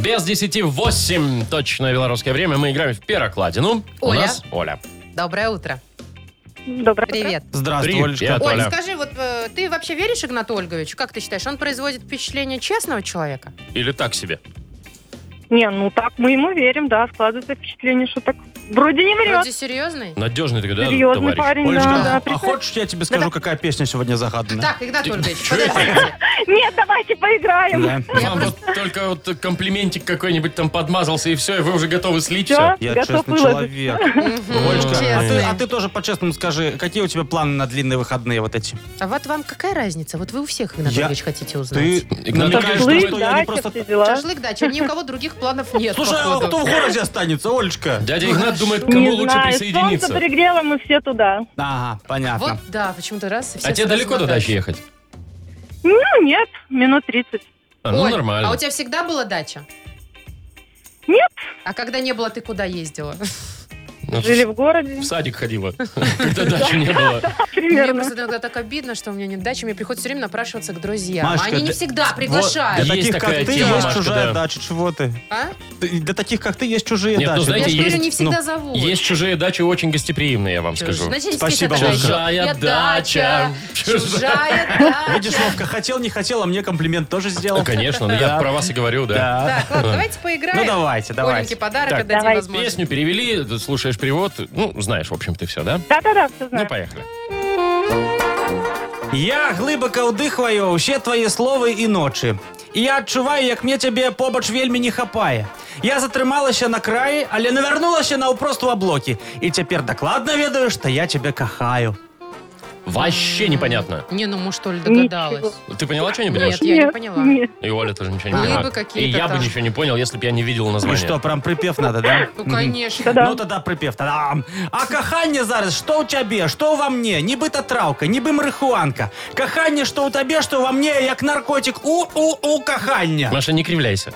Speaker 2: Без 10 8, точное белорусское время, мы играем в Пирокладину. У
Speaker 4: Оля.
Speaker 2: нас Оля.
Speaker 4: Доброе утро.
Speaker 7: Доброе
Speaker 4: Привет.
Speaker 3: Здравствуй,
Speaker 2: Привет.
Speaker 3: Олечка.
Speaker 4: Оль,
Speaker 2: Оля.
Speaker 4: скажи, вот э, ты вообще веришь Игнату Ольговичу? Как ты считаешь, он производит впечатление честного человека?
Speaker 2: Или так себе?
Speaker 7: утро. Не, ну так мы ему верим, да, складывается впечатление, что так вроде не врет.
Speaker 4: Вроде серьезный.
Speaker 2: Надежный такой, да,
Speaker 7: Серьезный
Speaker 2: товарищ?
Speaker 7: парень, да, да,
Speaker 3: Олечка, а
Speaker 7: прикольно.
Speaker 3: хочешь, я тебе скажу, какая песня сегодня загадана?
Speaker 4: Так, Игнат Ольгович, подождите.
Speaker 7: Нет, давайте поиграем.
Speaker 3: Да.
Speaker 2: Вам вот только вот комплиментик какой-нибудь там подмазался, и все, и вы уже готовы слить
Speaker 7: Все,
Speaker 2: все.
Speaker 3: Я
Speaker 7: готов
Speaker 3: честный
Speaker 7: выложить.
Speaker 3: человек.
Speaker 4: Мгм,
Speaker 3: Олечка, а ты, а
Speaker 4: честный.
Speaker 3: ты тоже по-честному скажи, какие у тебя планы на длинные выходные вот эти?
Speaker 4: А вот вам какая разница? Вот вы у всех, Игнат
Speaker 3: Я-
Speaker 4: Ольгович, хотите узнать.
Speaker 3: Ты
Speaker 2: Игнат,
Speaker 3: намекаешь,
Speaker 2: Шашлык,
Speaker 3: что я не просто...
Speaker 7: все дела.
Speaker 4: Шашлык, да, чем ни у кого других планов нет.
Speaker 3: Слушай, а
Speaker 4: походу.
Speaker 3: кто в городе останется, Олечка?
Speaker 2: Дядя Игнат думает, к кому
Speaker 7: Не
Speaker 2: лучше
Speaker 7: знаю, А, солнце
Speaker 2: присоединиться.
Speaker 7: пригрело, мы все туда.
Speaker 3: Ага, понятно.
Speaker 4: Вот, да, почему-то раз и все
Speaker 2: А тебе
Speaker 4: сразу
Speaker 2: далеко до
Speaker 4: на дачу.
Speaker 2: дачи ехать?
Speaker 7: Ну, нет, минут 30.
Speaker 2: А, ну
Speaker 4: Оль,
Speaker 2: нормально.
Speaker 4: А у тебя всегда была дача?
Speaker 7: Нет.
Speaker 4: А когда не было, ты куда ездила?
Speaker 2: Ну,
Speaker 7: Жили в городе,
Speaker 2: В садик ходила, когда дачи не было.
Speaker 4: Мне
Speaker 7: А, примерно.
Speaker 4: просто иногда так обидно, что у меня нет дачи, мне приходится все время напрашиваться к друзьям.
Speaker 3: Машка,
Speaker 4: А Они не
Speaker 3: для-
Speaker 4: всегда
Speaker 3: Для
Speaker 4: приглашают.
Speaker 2: Есть
Speaker 3: таких,
Speaker 2: такая
Speaker 3: как ты,
Speaker 2: тема,
Speaker 3: есть
Speaker 2: Машка,
Speaker 3: чужая
Speaker 2: да.
Speaker 3: дача, чего ты?
Speaker 4: А?
Speaker 3: Ты- Для таких, как ты, есть чужие
Speaker 2: Нет, ну,
Speaker 3: дачи.
Speaker 4: Я
Speaker 2: знаете,
Speaker 4: же говорю,
Speaker 2: есть, ну,
Speaker 4: не всегда зовут.
Speaker 2: Есть чужие дачи очень гостеприимные, я вам
Speaker 4: Чуж-
Speaker 2: скажу.
Speaker 4: Значит,
Speaker 3: Спасибо,
Speaker 4: действительно,
Speaker 3: Вовка.
Speaker 2: Чужая дача.
Speaker 4: Чужая дача.
Speaker 3: Видишь, Вовка, хотел, не хотел, а мне комплимент тоже сделал.
Speaker 2: Ну, конечно, но я
Speaker 3: Да.
Speaker 2: про вас и говорю, да.
Speaker 3: Да.
Speaker 4: Так, ладно, давайте поиграем.
Speaker 3: Ну, давайте, давайте.
Speaker 4: Оленьке подарок
Speaker 3: Так.
Speaker 4: отдадим,
Speaker 7: Давай.
Speaker 4: возможно.
Speaker 2: Песню перевели, ты слушаешь перевод, ну, знаешь, в общем, ты все, да?
Speaker 7: Да-да-да, все
Speaker 2: Ну,
Speaker 7: знаю.
Speaker 2: поехали.
Speaker 3: Я глибоко вдихваю ўсе твае словы і ночы. І я адчуваю, як мне цябе побач вельмі не хапае. Я затрымалася на краі, але навярнулася наўпрост у аблокі. І цяпер дакладна ведаю, што я цябе кахаю.
Speaker 2: Вообще непонятно.
Speaker 4: Не, ну, может, Оль
Speaker 7: Ничего.
Speaker 4: догадалась.
Speaker 2: Ты поняла что-нибудь?
Speaker 4: Нет,
Speaker 2: Маш?
Speaker 4: я не
Speaker 7: Нет,
Speaker 4: поняла.
Speaker 7: нет.
Speaker 2: И Оля тоже ничего не
Speaker 4: Либо
Speaker 2: поняла. И
Speaker 4: какие-то
Speaker 2: я бы
Speaker 4: там-
Speaker 2: ничего не понял, если бы я не видел
Speaker 3: І
Speaker 2: название.
Speaker 3: што, Ну прям прыпев надо, да?
Speaker 4: Ну, конечно.
Speaker 7: Да-да.
Speaker 3: Ну тада прыпев тадам. А каханне зараз што ў цябе, што ўва мне, нібыта траўка, нібы марыхуанка. Каханне, што ў табе, што ўва мне, як наркотик. У у у каханне.
Speaker 2: Маша, не кривляйся.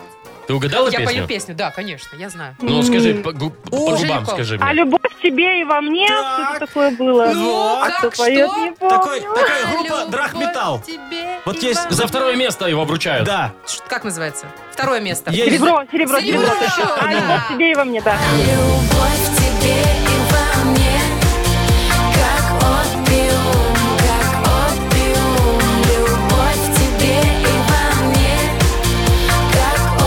Speaker 2: Ты угадала
Speaker 4: Я
Speaker 2: песню?
Speaker 4: пою песню, да, конечно, я знаю.
Speaker 2: Ну, скажи, по, гу- по губам
Speaker 4: Жириков.
Speaker 2: скажи
Speaker 7: А
Speaker 2: мне.
Speaker 7: любовь к тебе и во А мне,
Speaker 3: Так.
Speaker 7: что-то такое было.
Speaker 3: Ну,
Speaker 7: а
Speaker 4: как
Speaker 7: кто поет,
Speaker 4: что?
Speaker 7: не помню.
Speaker 3: Такой, такая группа
Speaker 4: Любовь
Speaker 3: Драхметал.
Speaker 4: тебе
Speaker 3: Вот
Speaker 4: и
Speaker 3: есть
Speaker 4: вам.
Speaker 2: За второе место его обручают.
Speaker 3: Да.
Speaker 4: Ш- Как называется? Второе место.
Speaker 3: Есть.
Speaker 7: Серебро, серебро, серебро.
Speaker 4: Серебро!
Speaker 7: А любовь к тебе и во мне, да.
Speaker 8: Любовь в тебе и во мне, как опиум, как опиум. Любовь в тебе и во мне, как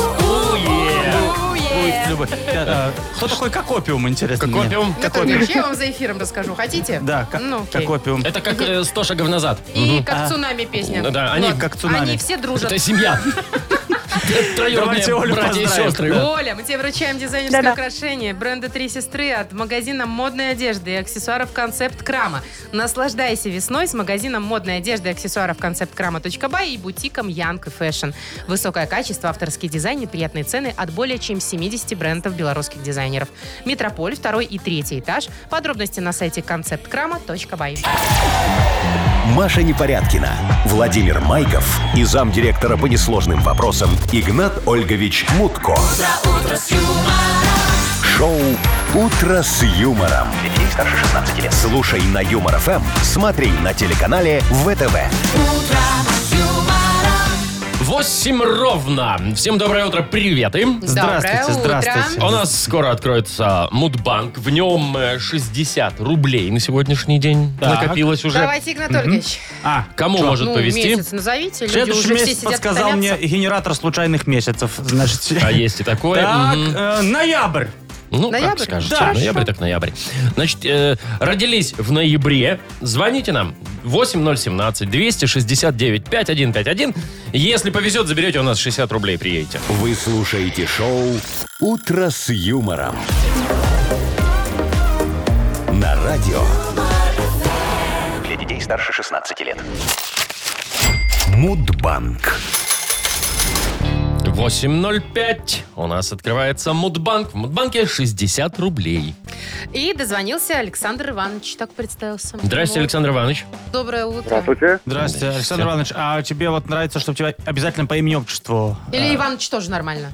Speaker 8: опиум.
Speaker 3: Ой, Люба, э, э, Кто такой как опиум, интересно?
Speaker 2: Как
Speaker 3: мне?
Speaker 2: опиум?
Speaker 4: Ну, так, Ильич, я вам за эфиром расскажу. Хотите?
Speaker 3: Да, как,
Speaker 4: Ну, окей.
Speaker 3: как опиум.
Speaker 2: Это как э, 100 шагов назад.
Speaker 4: И
Speaker 2: Мгм.
Speaker 4: как цунами песня.
Speaker 2: Ну да, они
Speaker 4: Вот.
Speaker 3: как цунами.
Speaker 4: Они все дружат.
Speaker 2: Это семья. Троюродные
Speaker 3: Давайте Олю
Speaker 2: братья и
Speaker 3: поздравим.
Speaker 2: сестры.
Speaker 3: Да.
Speaker 4: Оля, мы тебе вручаем дизайнерское
Speaker 7: Да-да.
Speaker 4: украшение бренда «Три сестры» от магазина модной одежды и аксессуаров «Концепт Крама». Наслаждайся весной с магазином модной одежды и аксессуаров «Концепт Крама.бай» и бутиком «Янг и Фэшн». Высокое качество, авторский дизайн и приятные цены от более чем 70 брендов белорусских дизайнеров. Метрополь, второй и третий этаж. Подробности на сайте концепткрама.бай.
Speaker 1: Маша Непорядкина, Владимир Майков и замдиректора по несложным вопросам Игнат Ольгович Мутко. Шоу Утро с юмором.
Speaker 6: Для детей старше 16 лет.
Speaker 1: Слушай на юмор ФМ, смотри на телеканале ВТВ.
Speaker 2: 8 ровно. Всем доброе утро, привет им.
Speaker 3: Здравствуйте,
Speaker 4: Доброе утро.
Speaker 3: здравствуйте.
Speaker 2: У нас скоро откроется Мудбанк. В нем э, 60 рублей на сегодняшний день
Speaker 3: Так.
Speaker 2: накопилось уже.
Speaker 4: Давайте, Игнат Ольгович.
Speaker 3: А,
Speaker 2: Кому
Speaker 3: чё?
Speaker 2: может
Speaker 4: ну,
Speaker 2: повезти?
Speaker 4: месяц назовите, люди
Speaker 3: Следующий
Speaker 4: уже все
Speaker 3: месяц
Speaker 4: сидят
Speaker 3: подсказал мне
Speaker 4: томятся.
Speaker 3: генератор случайных месяцев. Значит,
Speaker 2: А есть и такое.
Speaker 3: так,
Speaker 2: Мгм.
Speaker 3: э, ноябрь.
Speaker 2: Ну, как
Speaker 4: Ноябрь?
Speaker 2: скажете.
Speaker 4: Да.
Speaker 2: Ноябрь
Speaker 4: Хорошо.
Speaker 2: так ноябрь. Значит, э, родились в ноябре. Звоните нам. 8017-269-5151. Если повезет, заберете у нас 60 рублей, приедете.
Speaker 1: Вы слушаете шоу «Утро с юмором». На радио
Speaker 6: Для детей старше 16 лет.
Speaker 1: Мудбанк.
Speaker 2: 8.05. У нас открывается Мудбанк. В Мудбанке 60 рублей.
Speaker 4: И дозвонился Александр Иванович, так представился.
Speaker 2: Здрасте,
Speaker 4: Вот.
Speaker 2: Александр Иванович.
Speaker 4: Доброе утро.
Speaker 5: Здравствуйте.
Speaker 3: Здравствуйте,
Speaker 2: Здравствуйте.
Speaker 3: Александр Иванович. А тебе вот нравится, чтобы тебя обязательно по имени отчеству?
Speaker 2: А.
Speaker 4: Или Иваныч тоже нормально?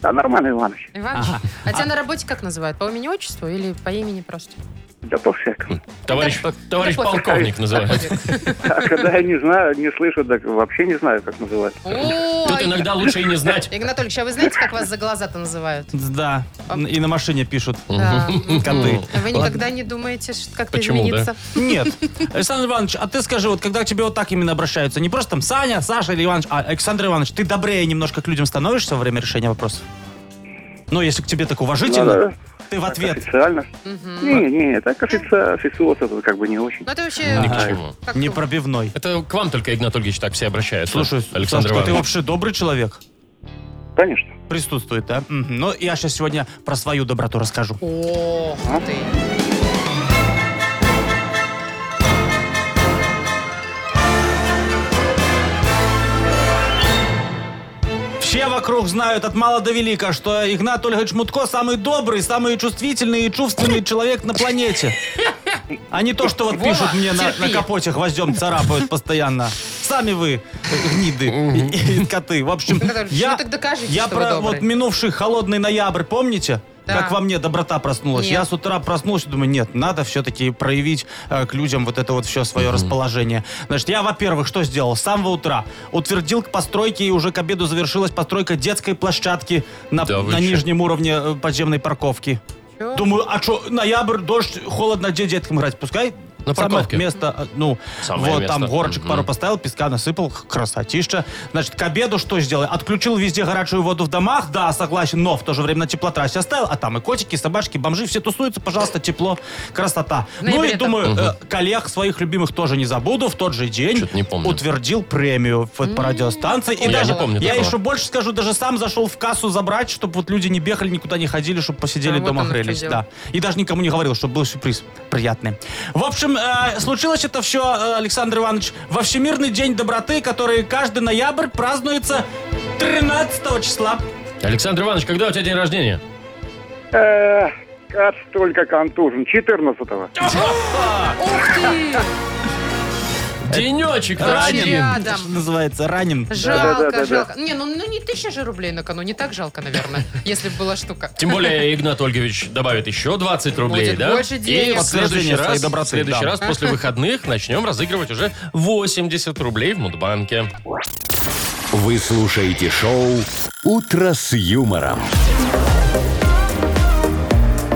Speaker 5: Да, нормально, Иваныч.
Speaker 4: Иваныч? А тебя на работе как называют? По имени отчеству или по имени просто?
Speaker 5: Да по всякому.
Speaker 2: Товарищ,
Speaker 4: Да,
Speaker 2: товарищ
Speaker 4: да пофиг.
Speaker 2: полковник называют.
Speaker 5: А когда я не знаю, не слышу, так вообще не знаю, как называется.
Speaker 2: Тут
Speaker 4: Ой,
Speaker 2: иногда лучше и не знать.
Speaker 4: Игнатольевич, а вы знаете, как вас за глаза-то называют?
Speaker 3: Да. И на машине пишут
Speaker 4: А. Да. А
Speaker 3: коты.
Speaker 4: Вы никогда не думаете, что как-то
Speaker 2: Почему, да?
Speaker 4: измениться?
Speaker 3: Нет. Александр Иванович, а ты скажи, вот когда к тебе вот так именно обращаются, не просто там Саня, Саша или Иванович, а Александр Иванович, ты добрее немножко к людям становишься во время решения вопросов? Ну, если к тебе так уважительно,
Speaker 5: Ну, да.
Speaker 3: ты в ответ.
Speaker 5: Официально?
Speaker 4: Мгм.
Speaker 5: Не, не, так офици- официоз это как бы не очень.
Speaker 4: Ну, это вообще... Ну,
Speaker 2: Ни к чему.
Speaker 4: как
Speaker 3: Не
Speaker 4: думаете?
Speaker 3: пробивной.
Speaker 2: Это к вам только, Игнат Ольгович, так все обращаются.
Speaker 3: Слушай,
Speaker 2: Александр
Speaker 3: Сашка, а ты
Speaker 2: Иванович.
Speaker 3: вообще добрый человек?
Speaker 5: Конечно.
Speaker 3: Присутствует, да? Мгм. Ну, я сейчас сегодня про свою доброту расскажу.
Speaker 4: Ох ты.
Speaker 3: Все вокруг знают от мала до велика, что Игнат Ольгович Мутко самый добрый, самый чувствительный и чувственный человек на планете. А не то, что вот
Speaker 4: Вова,
Speaker 3: пишут мне на,
Speaker 4: терпи.
Speaker 3: на капоте гвоздем, царапают постоянно. Сами вы, э, гниды и, и коты. В общем,
Speaker 4: Игнат Ольгович,
Speaker 3: я,
Speaker 4: ну так докажите,
Speaker 3: я
Speaker 4: что вы
Speaker 3: про
Speaker 4: добрый.
Speaker 3: вот минувший холодный ноябрь, помните?
Speaker 4: Да.
Speaker 3: Как во мне доброта проснулась.
Speaker 4: Нет.
Speaker 3: Я с утра проснулся, думаю, нет, надо все-таки проявить э, к людям вот это вот все свое расположение. Значит, я, во-первых, что сделал? С самого утра утвердил к постройке, и уже к обеду завершилась постройка детской площадки на,
Speaker 2: Да вы
Speaker 3: на
Speaker 2: чё?
Speaker 3: нижнем уровне э, подземной парковки.
Speaker 4: Чё?
Speaker 3: Думаю, а что, ноябрь, дождь, холодно, где деткам играть? Пускай
Speaker 2: На
Speaker 3: самое
Speaker 2: парковке.
Speaker 3: место, э, ну,
Speaker 2: Самое
Speaker 3: вот
Speaker 2: место.
Speaker 3: там горочек
Speaker 2: Мгм.
Speaker 3: пару поставил, песка насыпал, х- красотища. Значит, к обеду что сделал? Отключил везде горячую воду в домах, да, согласен, но в то же время на теплотрассе оставил, а там и котики, и собачки, бомжи, все тусуются, пожалуйста, тепло, красота.
Speaker 4: В
Speaker 3: Ну и
Speaker 4: ноябре-то.
Speaker 3: думаю, э, коллег своих любимых тоже не забуду, в тот же день
Speaker 2: Чё-то не помню.
Speaker 3: утвердил премию в- по радиостанции. И
Speaker 4: Я
Speaker 3: даже,
Speaker 4: не
Speaker 2: помню
Speaker 3: я
Speaker 2: такого.
Speaker 3: еще больше скажу, даже сам зашел в кассу забрать, чтобы вот люди не бегали, никуда не ходили, чтобы посидели
Speaker 4: А, вот
Speaker 3: дома,
Speaker 4: оно в чём
Speaker 3: хрелись,
Speaker 4: дело.
Speaker 3: да. И даже никому не говорил, чтобы был сюрприз приятный. В общем, э, случилось это все, э, Александр Иванович, во Всемирный день доброты, который каждый ноябрь празднуется 13 числа.
Speaker 2: Александр Иванович, когда у тебя день рождения?
Speaker 5: Э, Как только контужен. 14-го.
Speaker 4: Ух ты!
Speaker 2: Денечек
Speaker 4: Вообще
Speaker 2: ранен.
Speaker 4: рядом.
Speaker 3: Что называется, ранен.
Speaker 4: Жалко,
Speaker 5: Да-да-да-да-да.
Speaker 4: жалко. Не, ну, ну не тысяча же рублей накануне, так жалко, наверное, если бы была штука.
Speaker 2: Тем более Игнат Ольгович добавит еще 20 рублей,
Speaker 4: Будет
Speaker 2: да?
Speaker 4: больше денег.
Speaker 2: И в следующий
Speaker 3: Подтверждение
Speaker 2: раз,
Speaker 3: своей доброты,
Speaker 2: в следующий
Speaker 3: да.
Speaker 2: раз после выходных начнем разыгрывать уже 80 рублей в Мудбанке.
Speaker 1: Вы слушаете шоу «Утро с юмором».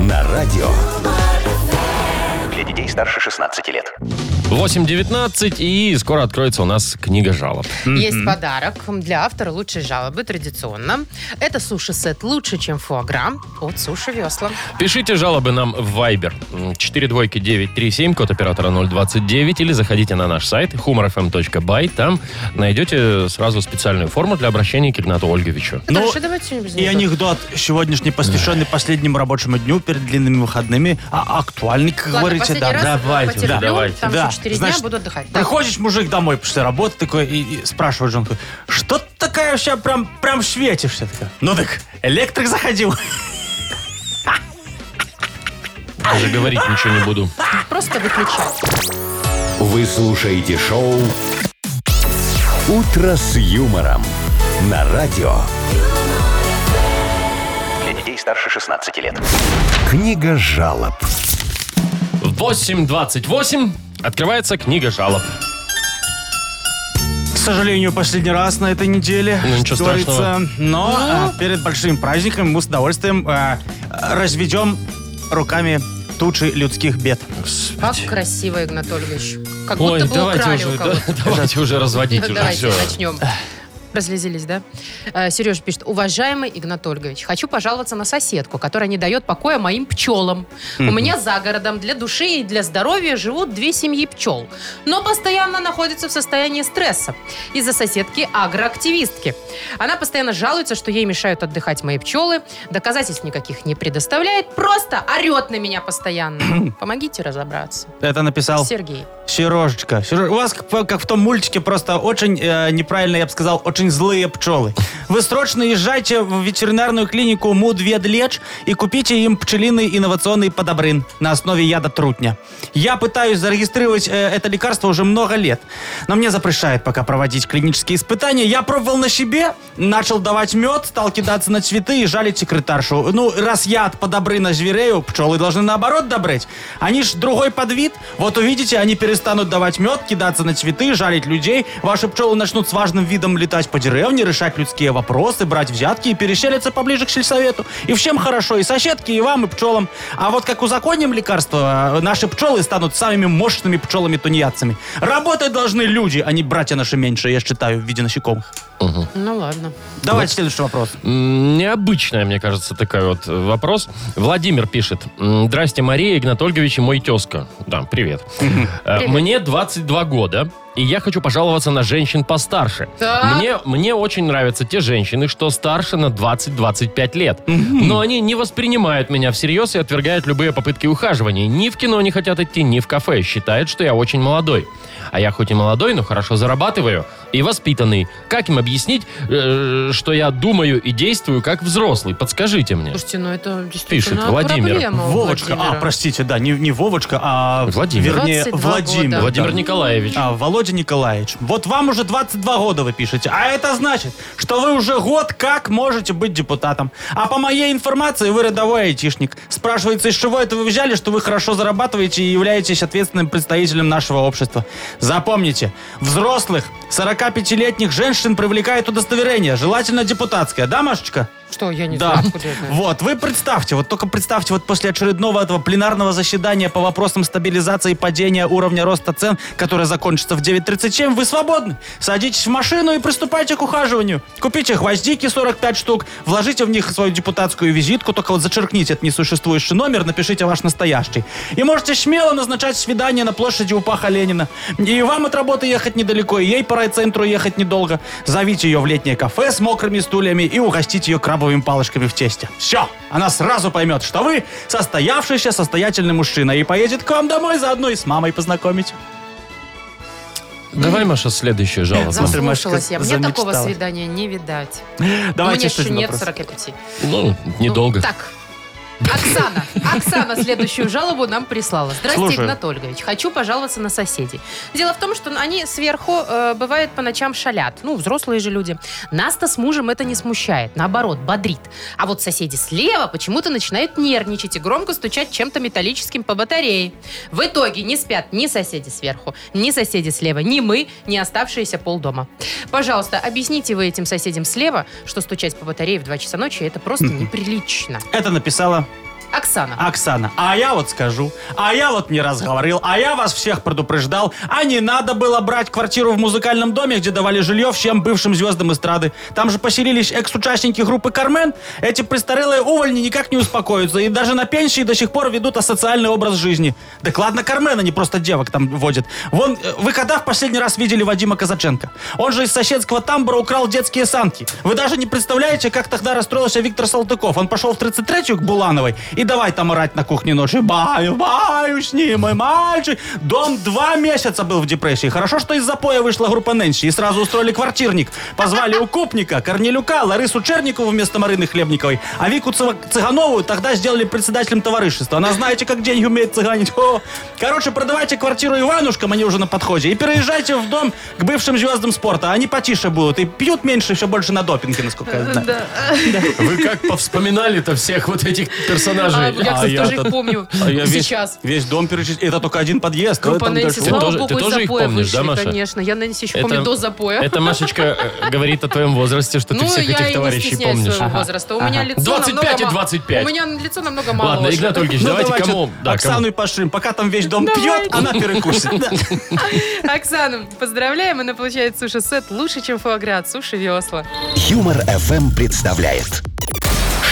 Speaker 1: На радио
Speaker 6: Для детей старше 16 лет.
Speaker 2: 8.19 и скоро откроется у нас книга жалоб.
Speaker 4: Есть подарок для автора лучшей жалобы традиционно. Это суши-сет лучше, чем фуагра от Суши Весла.
Speaker 2: Пишите жалобы нам в Viber. 4 двойки 937, код оператора 029, или заходите на наш сайт humorfm.by. Там найдете сразу специальную форму для обращения к Игнату Ольговичу.
Speaker 3: Ну,
Speaker 4: Хорошо, давайте что-нибудь
Speaker 3: И
Speaker 4: найдем.
Speaker 3: анекдот сегодняшний, посвященный последнему рабочему дню перед длинными выходными, а актуальный, как
Speaker 4: Ладно,
Speaker 3: говорите,
Speaker 4: последний
Speaker 3: да.
Speaker 4: раз
Speaker 2: Давайте,
Speaker 4: потерплю,
Speaker 2: да, давайте.
Speaker 4: Там
Speaker 3: Да,
Speaker 4: еще 4
Speaker 3: значит,
Speaker 4: дня буду отдыхать. Да.
Speaker 3: Приходишь мужик домой после работы такой и, и спрашивает женку, что ты такая вся прям, прям светишься? Такая, ну так, электрик заходил.
Speaker 2: Даже говорить ничего не буду.
Speaker 4: Просто выключать.
Speaker 1: вы слушаете шоу «Утро с юмором». На радио
Speaker 6: Для детей старше 16 лет.
Speaker 1: «Книга жалоб».
Speaker 2: В 8.28 открывается книга жалоб.
Speaker 3: К сожалению, последний раз на этой неделе.
Speaker 2: Ну, ничего
Speaker 3: что говорится.
Speaker 2: страшного.
Speaker 4: Ну?
Speaker 3: Но э, перед большим праздником мы с удовольствием э, разведем руками тучи людских бед.
Speaker 4: Как красиво, Игнат Ольгович. Как
Speaker 2: Ой,
Speaker 4: будто бы украли
Speaker 2: давайте
Speaker 4: у
Speaker 2: уже, да,
Speaker 4: кого-то.
Speaker 2: давайте уже разводить уже
Speaker 4: Давайте
Speaker 2: все.
Speaker 4: начнем. Разлезились, да? Сереж пишет. Уважаемый Игнат Ольгович, хочу пожаловаться на соседку, которая не дает покоя моим пчелам. У меня за городом для души и для здоровья живут две семьи пчел, но постоянно находятся в состоянии стресса из-за соседки агроактивистки. Она постоянно жалуется, что ей мешают отдыхать мои пчелы, доказательств никаких не предоставляет, просто орет на меня постоянно. Помогите разобраться.
Speaker 3: Это написал
Speaker 4: Сергей.
Speaker 3: Сережечка. Сереж- у вас, как, как в том мультике, просто очень э, неправильно, я бы сказал, очень злые пчелы. Вы срочно езжайте в ветеринарную клинику Мудведлеч и купите им пчелиный инновационный подобрын на основе яда трутня. Я пытаюсь зарегистрировать э, это лекарство уже много лет, но мне запрещают пока проводить клинические испытания. Я пробовал на себе, начал давать мед, стал кидаться на цветы и жалить секретаршу. Ну, раз я от подобрына зверею, пчелы должны наоборот добрать. Они ж другой подвид. Вот увидите, они перестанут давать мед, кидаться на цветы, жалить людей. Ваши пчелы начнут с важным видом летать по деревне, решать людские вопросы, брать взятки и переселиться поближе к сельсовету. И всем хорошо, и соседке, и вам, и пчелам. А вот как узаконим лекарства, э, наши пчелы станут самыми мощными пчелами-тунеядцами. Работать должны люди, а не братья наши меньше, я считаю, в виде насекомых.
Speaker 4: Ну ладно.
Speaker 3: Давайте следующий вопрос.
Speaker 2: М, Необычная, мне кажется, такой вот э, вопрос. Владимир пишет. М, Здрасте, Мария Игнат Ольгович и мой тезка. Да, привет. Э,
Speaker 4: Привет.
Speaker 2: Мне 22 года, и я хочу пожаловаться на женщин постарше.
Speaker 4: Так.
Speaker 2: Мне, мне очень нравятся те женщины, что старше на 20-25 лет. Но они не воспринимают меня всерьез и отвергают любые попытки ухаживания. Ни в кино не хотят идти, ни в кафе. Считают, что я очень молодой. А я хоть и молодой, но хорошо зарабатываю и воспитанный. Как им объяснить, э, что я думаю и действую как взрослый? Подскажите мне.
Speaker 4: Слушайте, ну это действительно
Speaker 2: Пишет Владимир.
Speaker 4: проблема у
Speaker 3: Вовочка, а,
Speaker 4: Владимира.
Speaker 3: простите, да, не, не Вовочка, а...
Speaker 2: Владимир.
Speaker 3: Вернее,
Speaker 4: 22
Speaker 3: Владимир.
Speaker 4: года.
Speaker 2: Владимир
Speaker 3: да.
Speaker 2: Николаевич.
Speaker 3: А, Володя Николаевич, вот вам уже 22 года вы пишете, а это значит, что вы уже год как можете быть депутатом. А по моей информации, вы рядовой айтишник. Спрашивается, из чего это вы взяли, что вы хорошо зарабатываете и являетесь ответственным представителем нашего общества. Запомните, взрослых 45-летних женщин привлекает удостоверение, желательно депутатское. Да, Машечка?
Speaker 4: Что, я не
Speaker 3: Да.
Speaker 4: знаю, откуда я знаю.
Speaker 3: Вот, вы представьте, вот только представьте, вот после очередного этого пленарного заседания по вопросам стабилизации и падения уровня роста цен, которое закончится в 9.37, вы свободны. Садитесь в машину и приступайте к ухаживанию. Купите гвоздики 45 штук, вложите в них свою депутатскую визитку, только вот зачеркните этот несуществующий номер, напишите ваш настоящий. И можете смело назначать свидание на площади у Паха Ленина. И вам от работы ехать недалеко, и ей по райцентру ехать недолго. Зовите ее в летнее кафе с мокрыми стульями и угостите ее крабовыми палочками в тесте. Все! Она сразу поймет, что вы состоявшийся состоятельный мужчина и поедет к вам домой заодно и с мамой познакомить.
Speaker 2: Давай, Маша, следующую жалобу.
Speaker 3: Смотри, Машечка,
Speaker 4: Заслушалась я. Мне такого
Speaker 3: замечталась.
Speaker 4: свидания не видать.
Speaker 3: Давайте
Speaker 4: Мне еще
Speaker 3: что за
Speaker 4: нет
Speaker 3: вопрос?
Speaker 4: 45.
Speaker 2: Ну, недолго.
Speaker 4: Ну, Так. Оксана. Оксана следующую жалобу нам прислала. Здрасте,
Speaker 3: Слушаю.
Speaker 4: Игнат Ольгович. Хочу пожаловаться на соседей. Дело в том, что они сверху, э, бывает, по ночам шалят. Ну, взрослые же люди. Нас-то с мужем это не смущает. Наоборот, бодрит. А вот соседи слева почему-то начинают нервничать и громко стучать чем-то металлическим по батарее. В итоге не спят ни соседи сверху, ни соседи слева, ни мы, ни оставшиеся полдома. Пожалуйста, объясните вы этим соседям слева, что стучать по батарее в 2 часа ночи это просто неприлично.
Speaker 3: Это написала
Speaker 4: Оксана.
Speaker 3: Оксана, а я вот скажу, а я вот не раз говорил, а я вас всех предупреждал, а не надо было брать квартиру в музыкальном доме, где давали жилье всем бывшим звездам эстрады. Там же поселились экс-участники группы «Кармен». Эти престарелые увольни никак не успокоятся и даже на пенсии до сих пор ведут асоциальный образ жизни. Так ладно «Кармен», они просто девок там водят. Вон, э, вы когда в последний раз видели Вадима Казаченко? Он же из соседского тамбура украл детские санки. Вы даже не представляете, как тогда расстроился Виктор Салтыков. Он пошел в 33-ю к Булановой и давай там орать на кухне ночью. Баю, баю, с ним, мой мальчик. Дом два месяца был в депрессии. Хорошо, что из запоя вышла группа Нэнси и сразу устроили квартирник. Позвали Укупника, Корнелюка, Ларису Черникову вместо Марины Хлебниковой, а Вику Цыва- Цыгановую тогда сделали председателем товарищества. Она знаете, как деньги умеет цыганить. О! Короче, продавайте квартиру Иванушкам, они уже на подходе, и переезжайте в дом к бывшим звездам спорта. Они потише будут и пьют меньше, все больше на допинге, насколько я знаю.
Speaker 2: Вы как повспоминали-то всех вот этих
Speaker 4: А,
Speaker 2: этажей.
Speaker 4: я, кстати,
Speaker 3: я
Speaker 4: тоже их
Speaker 3: тот-
Speaker 4: помню
Speaker 3: А я весь,
Speaker 4: сейчас.
Speaker 3: весь дом перечислил. Это только один подъезд.
Speaker 4: Группа
Speaker 3: Там
Speaker 4: Нэнси,
Speaker 3: дальше-
Speaker 4: слава
Speaker 2: тоже-
Speaker 4: богу,
Speaker 2: ты
Speaker 4: из
Speaker 2: тоже их
Speaker 4: запоя
Speaker 2: помнишь, да,
Speaker 4: вышли,
Speaker 2: Маша?
Speaker 4: конечно. Я Нэнси еще помню до запоя.
Speaker 2: это Машечка э, говорит о твоем возрасте, что
Speaker 4: ну,
Speaker 2: ты всех
Speaker 4: я
Speaker 2: этих
Speaker 4: и не
Speaker 2: товарищей
Speaker 4: стесняюсь
Speaker 2: помнишь.
Speaker 4: своего возраста. У меня лицо
Speaker 2: 25 и
Speaker 4: намного... ма-
Speaker 2: 25.
Speaker 4: У меня лицо намного мало.
Speaker 2: Ладно, Игнат Ольгич,
Speaker 3: Ну,
Speaker 2: давайте кому... да,
Speaker 3: Оксану и Пашин. Пока там весь дом пьет,
Speaker 4: Давайте.
Speaker 3: она перекусит. Да.
Speaker 4: Оксану, поздравляем. Она получает суши-сет лучше, чем фуагра от суши весла.
Speaker 1: Юмор FM представляет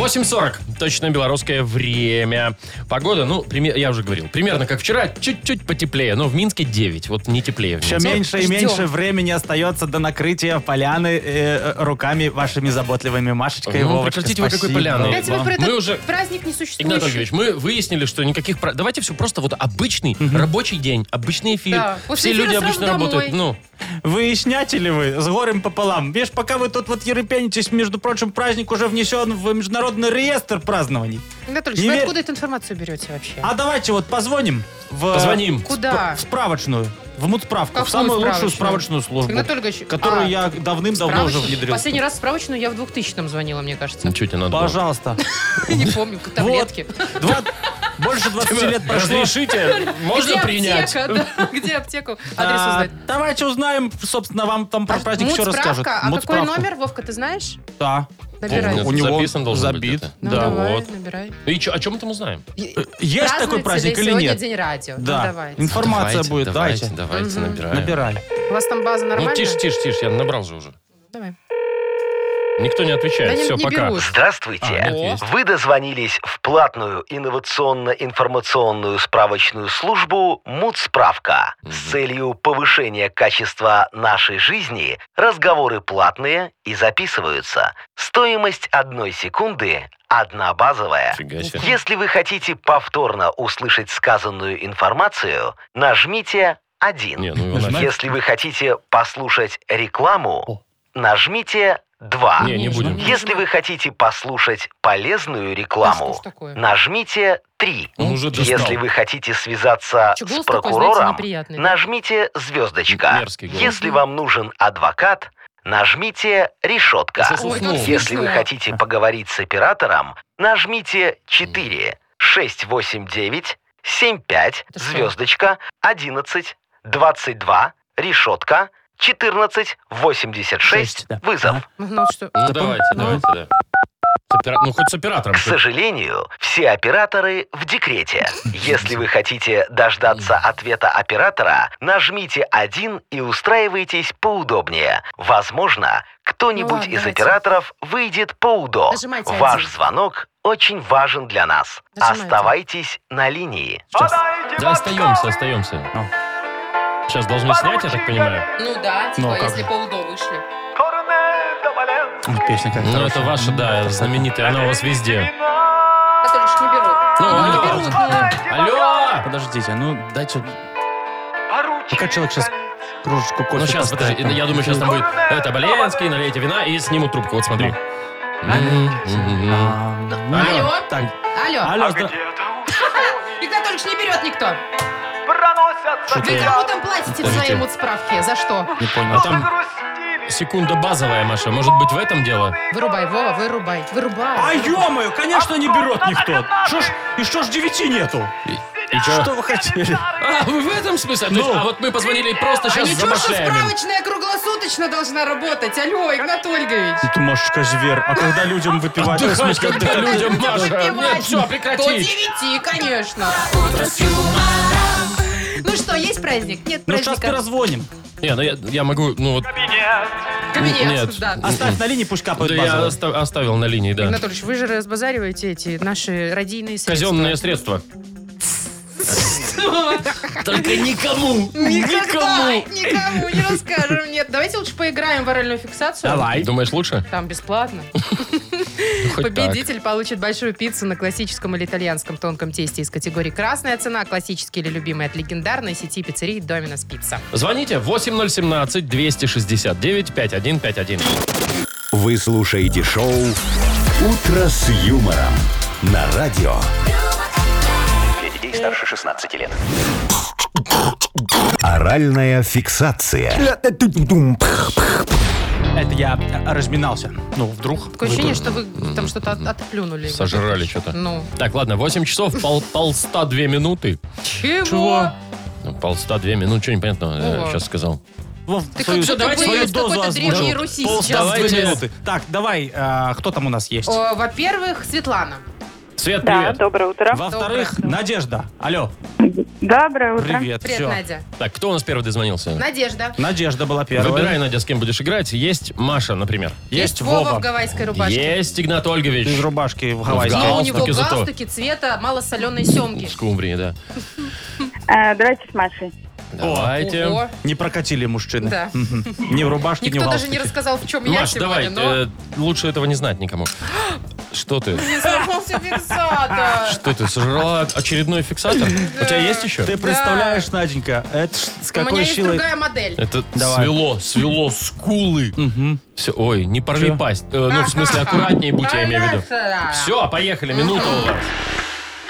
Speaker 2: 8.40. Точно белорусское время. Погода, ну, пример- я уже говорил, примерно как вчера, чуть-чуть потеплее, но в Минске 9, вот не теплее. в
Speaker 3: Все
Speaker 2: Минске.
Speaker 3: меньше и
Speaker 4: ждем.
Speaker 3: меньше времени остается до накрытия поляны э, э, руками вашими заботливыми Машечкой и
Speaker 2: Ну,
Speaker 3: Вовочкой.
Speaker 2: прекратите вы какой
Speaker 3: Спасибо.
Speaker 2: поляны.
Speaker 4: Я тебе
Speaker 2: вам.
Speaker 4: про этот
Speaker 2: Мы уже-
Speaker 4: праздник не существует.
Speaker 2: Игнат Ольгович, мы выяснили, что никаких... пра- Давайте все просто вот обычный рабочий день, обычный эфир.
Speaker 4: Да, после
Speaker 2: Все люди
Speaker 4: эфира
Speaker 2: обычно
Speaker 4: сразу
Speaker 2: работают. Ну,
Speaker 3: Выясняете ли вы с горем пополам? Видишь, пока вы тут вот ерепенитесь, между прочим, праздник уже внесен в международный реестр празднований.
Speaker 4: Игнат
Speaker 3: Не
Speaker 4: Ольгович, вы
Speaker 3: верь-
Speaker 4: откуда эту информацию берете вообще?
Speaker 3: А давайте вот позвоним в...
Speaker 2: позвоним.
Speaker 4: Куда?
Speaker 3: в справочную. В мудсправку.
Speaker 4: Какую
Speaker 3: в самую лучшую
Speaker 4: справочную?
Speaker 3: справочную службу.
Speaker 4: Игнат Ольгович,
Speaker 3: Которую
Speaker 4: а,
Speaker 3: я давным-давно уже
Speaker 4: Справочник?
Speaker 3: внедрил.
Speaker 4: Последний раз в справочную я в 2000-м звонила, мне кажется.
Speaker 2: Ну, чё тебе надо было?
Speaker 3: Пожалуйста.
Speaker 4: Не помню, таблетки.
Speaker 3: Вот. Два- Больше 20 лет
Speaker 2: Типа,
Speaker 3: прошло.
Speaker 2: Разрешите? Можно
Speaker 4: Где
Speaker 2: принять?
Speaker 4: аптека? Да, Где аптеку? Адрес
Speaker 3: А,
Speaker 4: узнать.
Speaker 3: Давайте узнаем, собственно, вам там про праздник все
Speaker 4: Мудсправка?
Speaker 3: расскажут.
Speaker 4: А какой
Speaker 3: Мудсправку.
Speaker 4: номер, Вовка, ты знаешь?
Speaker 3: Да.
Speaker 4: Набирай.
Speaker 2: Помню.
Speaker 3: У него
Speaker 2: Записан должен быть
Speaker 3: забит.
Speaker 2: где-то.
Speaker 4: Ну,
Speaker 3: да,
Speaker 4: давай,
Speaker 2: вот.
Speaker 4: набирай.
Speaker 2: И чё- о чем это мы узнаем?
Speaker 3: Э, Есть такой
Speaker 4: Празднуется ли
Speaker 3: праздник или
Speaker 4: сегодня
Speaker 3: нет?
Speaker 4: день радио? Ну,
Speaker 3: Да.
Speaker 4: давайте.
Speaker 3: Информация
Speaker 2: Давайте,
Speaker 3: будет.
Speaker 2: Давайте,
Speaker 3: Давайте.
Speaker 2: давайте, набираем.
Speaker 3: Набирай.
Speaker 4: У вас там база
Speaker 2: Ну,
Speaker 4: нормальная?
Speaker 2: тише, тише, тише, я набрал же уже.
Speaker 4: Давай.
Speaker 2: Никто не
Speaker 4: Да
Speaker 2: отвечает,
Speaker 4: не,
Speaker 2: все,
Speaker 4: не
Speaker 2: пока.
Speaker 4: берут.
Speaker 2: А,
Speaker 9: Здравствуйте!
Speaker 2: нет, есть.
Speaker 9: Вы дозвонились в платную инновационно-информационную справочную службу «Мудсправка». С целью повышения качества нашей жизни разговоры платные и записываются. Стоимость одной секунды – одна базовая.
Speaker 2: Фига себе.
Speaker 9: Если вы хотите повторно услышать сказанную информацию, нажмите «1».
Speaker 2: Не, ну его нафиг.
Speaker 9: Если вы хотите послушать рекламу, нажмите 2.
Speaker 2: Не, не будем.
Speaker 9: Если вы хотите послушать полезную
Speaker 4: Да что ж
Speaker 9: рекламу,
Speaker 4: такое?
Speaker 9: нажмите 3.
Speaker 2: Он уже достал.
Speaker 9: Если вы хотите связаться
Speaker 4: Чё,
Speaker 9: с
Speaker 4: голос такой, знаете,
Speaker 9: прокурором,
Speaker 4: неприятный.
Speaker 9: нажмите звездочка.
Speaker 2: Мерзкий голос.
Speaker 9: Если вам нужен адвокат, нажмите решетка.
Speaker 2: Сейчас
Speaker 4: Ой,
Speaker 2: уснул.
Speaker 4: как
Speaker 9: Если вы
Speaker 4: смешно.
Speaker 9: хотите поговорить с оператором, нажмите 4 689 75
Speaker 4: Это что?
Speaker 9: звездочка 11 22 решетка 14
Speaker 3: Шесть,
Speaker 9: 86
Speaker 3: да.
Speaker 9: вызов.
Speaker 4: Ну, ну, что?
Speaker 2: Ну, давайте, давайте, да. С опера- Ну, хоть с оператором.
Speaker 9: К сожалению, все операторы в декрете. Если вы хотите дождаться ответа оператора, нажмите один и устраивайтесь поудобнее. Возможно, кто-нибудь
Speaker 4: Ну ладно,
Speaker 9: из
Speaker 4: давайте.
Speaker 9: операторов выйдет по УДО.
Speaker 4: Нажимайте
Speaker 9: Ваш
Speaker 4: один.
Speaker 9: звонок очень важен для нас.
Speaker 4: Нажимайте.
Speaker 9: Оставайтесь на линии.
Speaker 2: Сейчас. Да, остаемся, остаемся.
Speaker 3: Ну.
Speaker 2: Сейчас должны снять, я так понимаю.
Speaker 4: Ну да, типа,
Speaker 3: Ну, а как
Speaker 4: если
Speaker 3: же?
Speaker 4: по УДО вышли.
Speaker 3: Ой, Песня как
Speaker 2: Ну, это ваша, да, знаменитая, она у вас везде.
Speaker 4: Католич не берут.
Speaker 2: Ну,
Speaker 4: Ну,
Speaker 2: алло.
Speaker 4: не берут, ну.
Speaker 2: Алло!
Speaker 3: Подождите, ну дайте... Пока человек сейчас кружечку кофе
Speaker 2: Ну, сейчас,
Speaker 3: поставит,
Speaker 2: подожди, я
Speaker 3: там.
Speaker 2: думаю, сейчас там будет это Боленский, налейте вина и снимут трубку. Вот смотри. М, м, м.
Speaker 3: А,
Speaker 4: Алло.
Speaker 3: Так,
Speaker 4: Алло.
Speaker 2: А
Speaker 3: алло, здра-
Speaker 4: Никто только не берет никто.
Speaker 2: Что-то
Speaker 4: Вы
Speaker 2: я-
Speaker 4: кому там платите в своей
Speaker 2: Подождите.
Speaker 4: мудсправке? За что?
Speaker 3: не понял.
Speaker 2: А там секунда базовая, Маша. Может быть, в этом дело?
Speaker 4: Вырубай, Вова, вырубай.
Speaker 3: А
Speaker 4: Вырубай.
Speaker 3: ё конечно, не берет никто. Что ж, и что ж девяти нету?
Speaker 2: И чё?
Speaker 3: Что вы хотели?
Speaker 2: А, вы в этом смысле? То есть,
Speaker 3: Ну.
Speaker 2: а вот мы позвонили просто
Speaker 4: А
Speaker 2: сейчас
Speaker 4: ничего, что
Speaker 2: замышляем.
Speaker 4: справочная круглосуточно должна работать. Алло, Игнат Ольгович.
Speaker 3: Ну Ты, Машечка, зверь. А когда людям выпивать? В
Speaker 2: Отдыхать,
Speaker 3: смысле,
Speaker 2: когда
Speaker 3: отдыхать?
Speaker 2: людям, Маша. Нет, все,
Speaker 4: До
Speaker 2: прекрати.
Speaker 4: девяти, конечно. Ну что, есть праздник? Нет
Speaker 3: Ну, сейчас
Speaker 4: праздника.
Speaker 3: перезвоним.
Speaker 2: Не, ну я, я могу, ну вот...
Speaker 4: Кабинет,
Speaker 2: Нет.
Speaker 4: да.
Speaker 3: Оставь на линии, пусть капает
Speaker 2: Да я
Speaker 3: базовая.
Speaker 2: оста- оставил на линии, да.
Speaker 4: Анатольевич, вы же разбазариваете эти наши радийные средства.
Speaker 2: Казенные средства. Только никому!
Speaker 4: Никогда, никому не расскажем. Нет, давайте лучше поиграем в оральную фиксацию.
Speaker 3: Давай.
Speaker 2: Думаешь, лучше?
Speaker 4: Там бесплатно.
Speaker 2: Ну, хоть так.
Speaker 4: Победитель получит большую пиццу на классическом или итальянском тонком тесте из категории «Красная цена», «Классический» или «Любимый» от легендарной сети пиццерий «Доминос Пицца».
Speaker 2: Звоните 8017-269-5151.
Speaker 1: Вы слушаете шоу Утро с юмором на радио.
Speaker 6: Для детей старше 16 лет.
Speaker 1: Оральная фиксация.
Speaker 3: Это я э, разминался. Ну, вдруг.
Speaker 4: Такое ощущение, что вы там что-то от- отплюнули.
Speaker 2: Сожрали что-то.
Speaker 4: Ну.
Speaker 2: Так, ладно, 8 часов, пол, полста две минуты.
Speaker 4: Чего?
Speaker 2: Ну, Полста две минуты, что непонятно,
Speaker 4: О.
Speaker 2: сейчас сказал.
Speaker 3: Вов,
Speaker 4: Ты как будто бы из какой-то
Speaker 3: озвучил.
Speaker 4: Древней Руси
Speaker 3: Пол-
Speaker 4: сейчас.
Speaker 3: давайте.
Speaker 2: Давайте.
Speaker 3: минуты. Так, давай, э, кто там у нас есть?
Speaker 4: О, Во-первых, Светлана.
Speaker 2: Свет,
Speaker 7: Да,
Speaker 2: привет.
Speaker 7: доброе утро.
Speaker 3: Во-вторых,
Speaker 4: Доброе.
Speaker 3: Надежда. Алло,
Speaker 7: Доброе утро.
Speaker 3: привет.
Speaker 4: Привет,
Speaker 3: всё.
Speaker 4: Надя.
Speaker 2: Так, кто у нас первый дозвонился?
Speaker 4: Надежда.
Speaker 3: Надежда была первая.
Speaker 2: Выбирай, Надя, с кем будешь играть. Есть Маша, например.
Speaker 3: Есть
Speaker 4: Вова
Speaker 3: Вова.
Speaker 4: в гавайской рубашке.
Speaker 2: Есть Игнат Ольгович.
Speaker 3: Из рубашки в
Speaker 4: Но
Speaker 2: Есть.
Speaker 4: А у
Speaker 3: Гавайи.
Speaker 2: Галстуки
Speaker 4: него
Speaker 2: зато.
Speaker 4: галстуки цвета малосоленой семги.
Speaker 2: Скумбрии, да.
Speaker 7: Э, давайте с Машей.
Speaker 2: Давайте.
Speaker 4: Ого.
Speaker 3: Не прокатили мужчины.
Speaker 4: Да.
Speaker 3: Мгм. Ни в рубашке, ни в
Speaker 4: Никто даже не
Speaker 3: галстуке.
Speaker 4: рассказал, в чем я
Speaker 2: Маш,
Speaker 4: сегодня,
Speaker 2: давай,
Speaker 4: но...
Speaker 2: э, лучше этого не знать никому. Что ты?
Speaker 4: Не сломался фиксатор.
Speaker 2: Что ты, сожрала очередной фиксатор? У тебя есть еще?
Speaker 3: Ты представляешь, Наденька, это ж с
Speaker 4: У меня
Speaker 3: какой
Speaker 4: есть
Speaker 3: силой...
Speaker 4: другая модель.
Speaker 2: Это
Speaker 3: Давай.
Speaker 2: свело, свело скулы.
Speaker 3: Мгм.
Speaker 2: Всё, ой, не порви
Speaker 3: Чё?
Speaker 2: пасть. Э, ну, в смысле, аккуратнее будь, я имею в виду.
Speaker 4: Понятно.
Speaker 2: Все, поехали, минута у вас.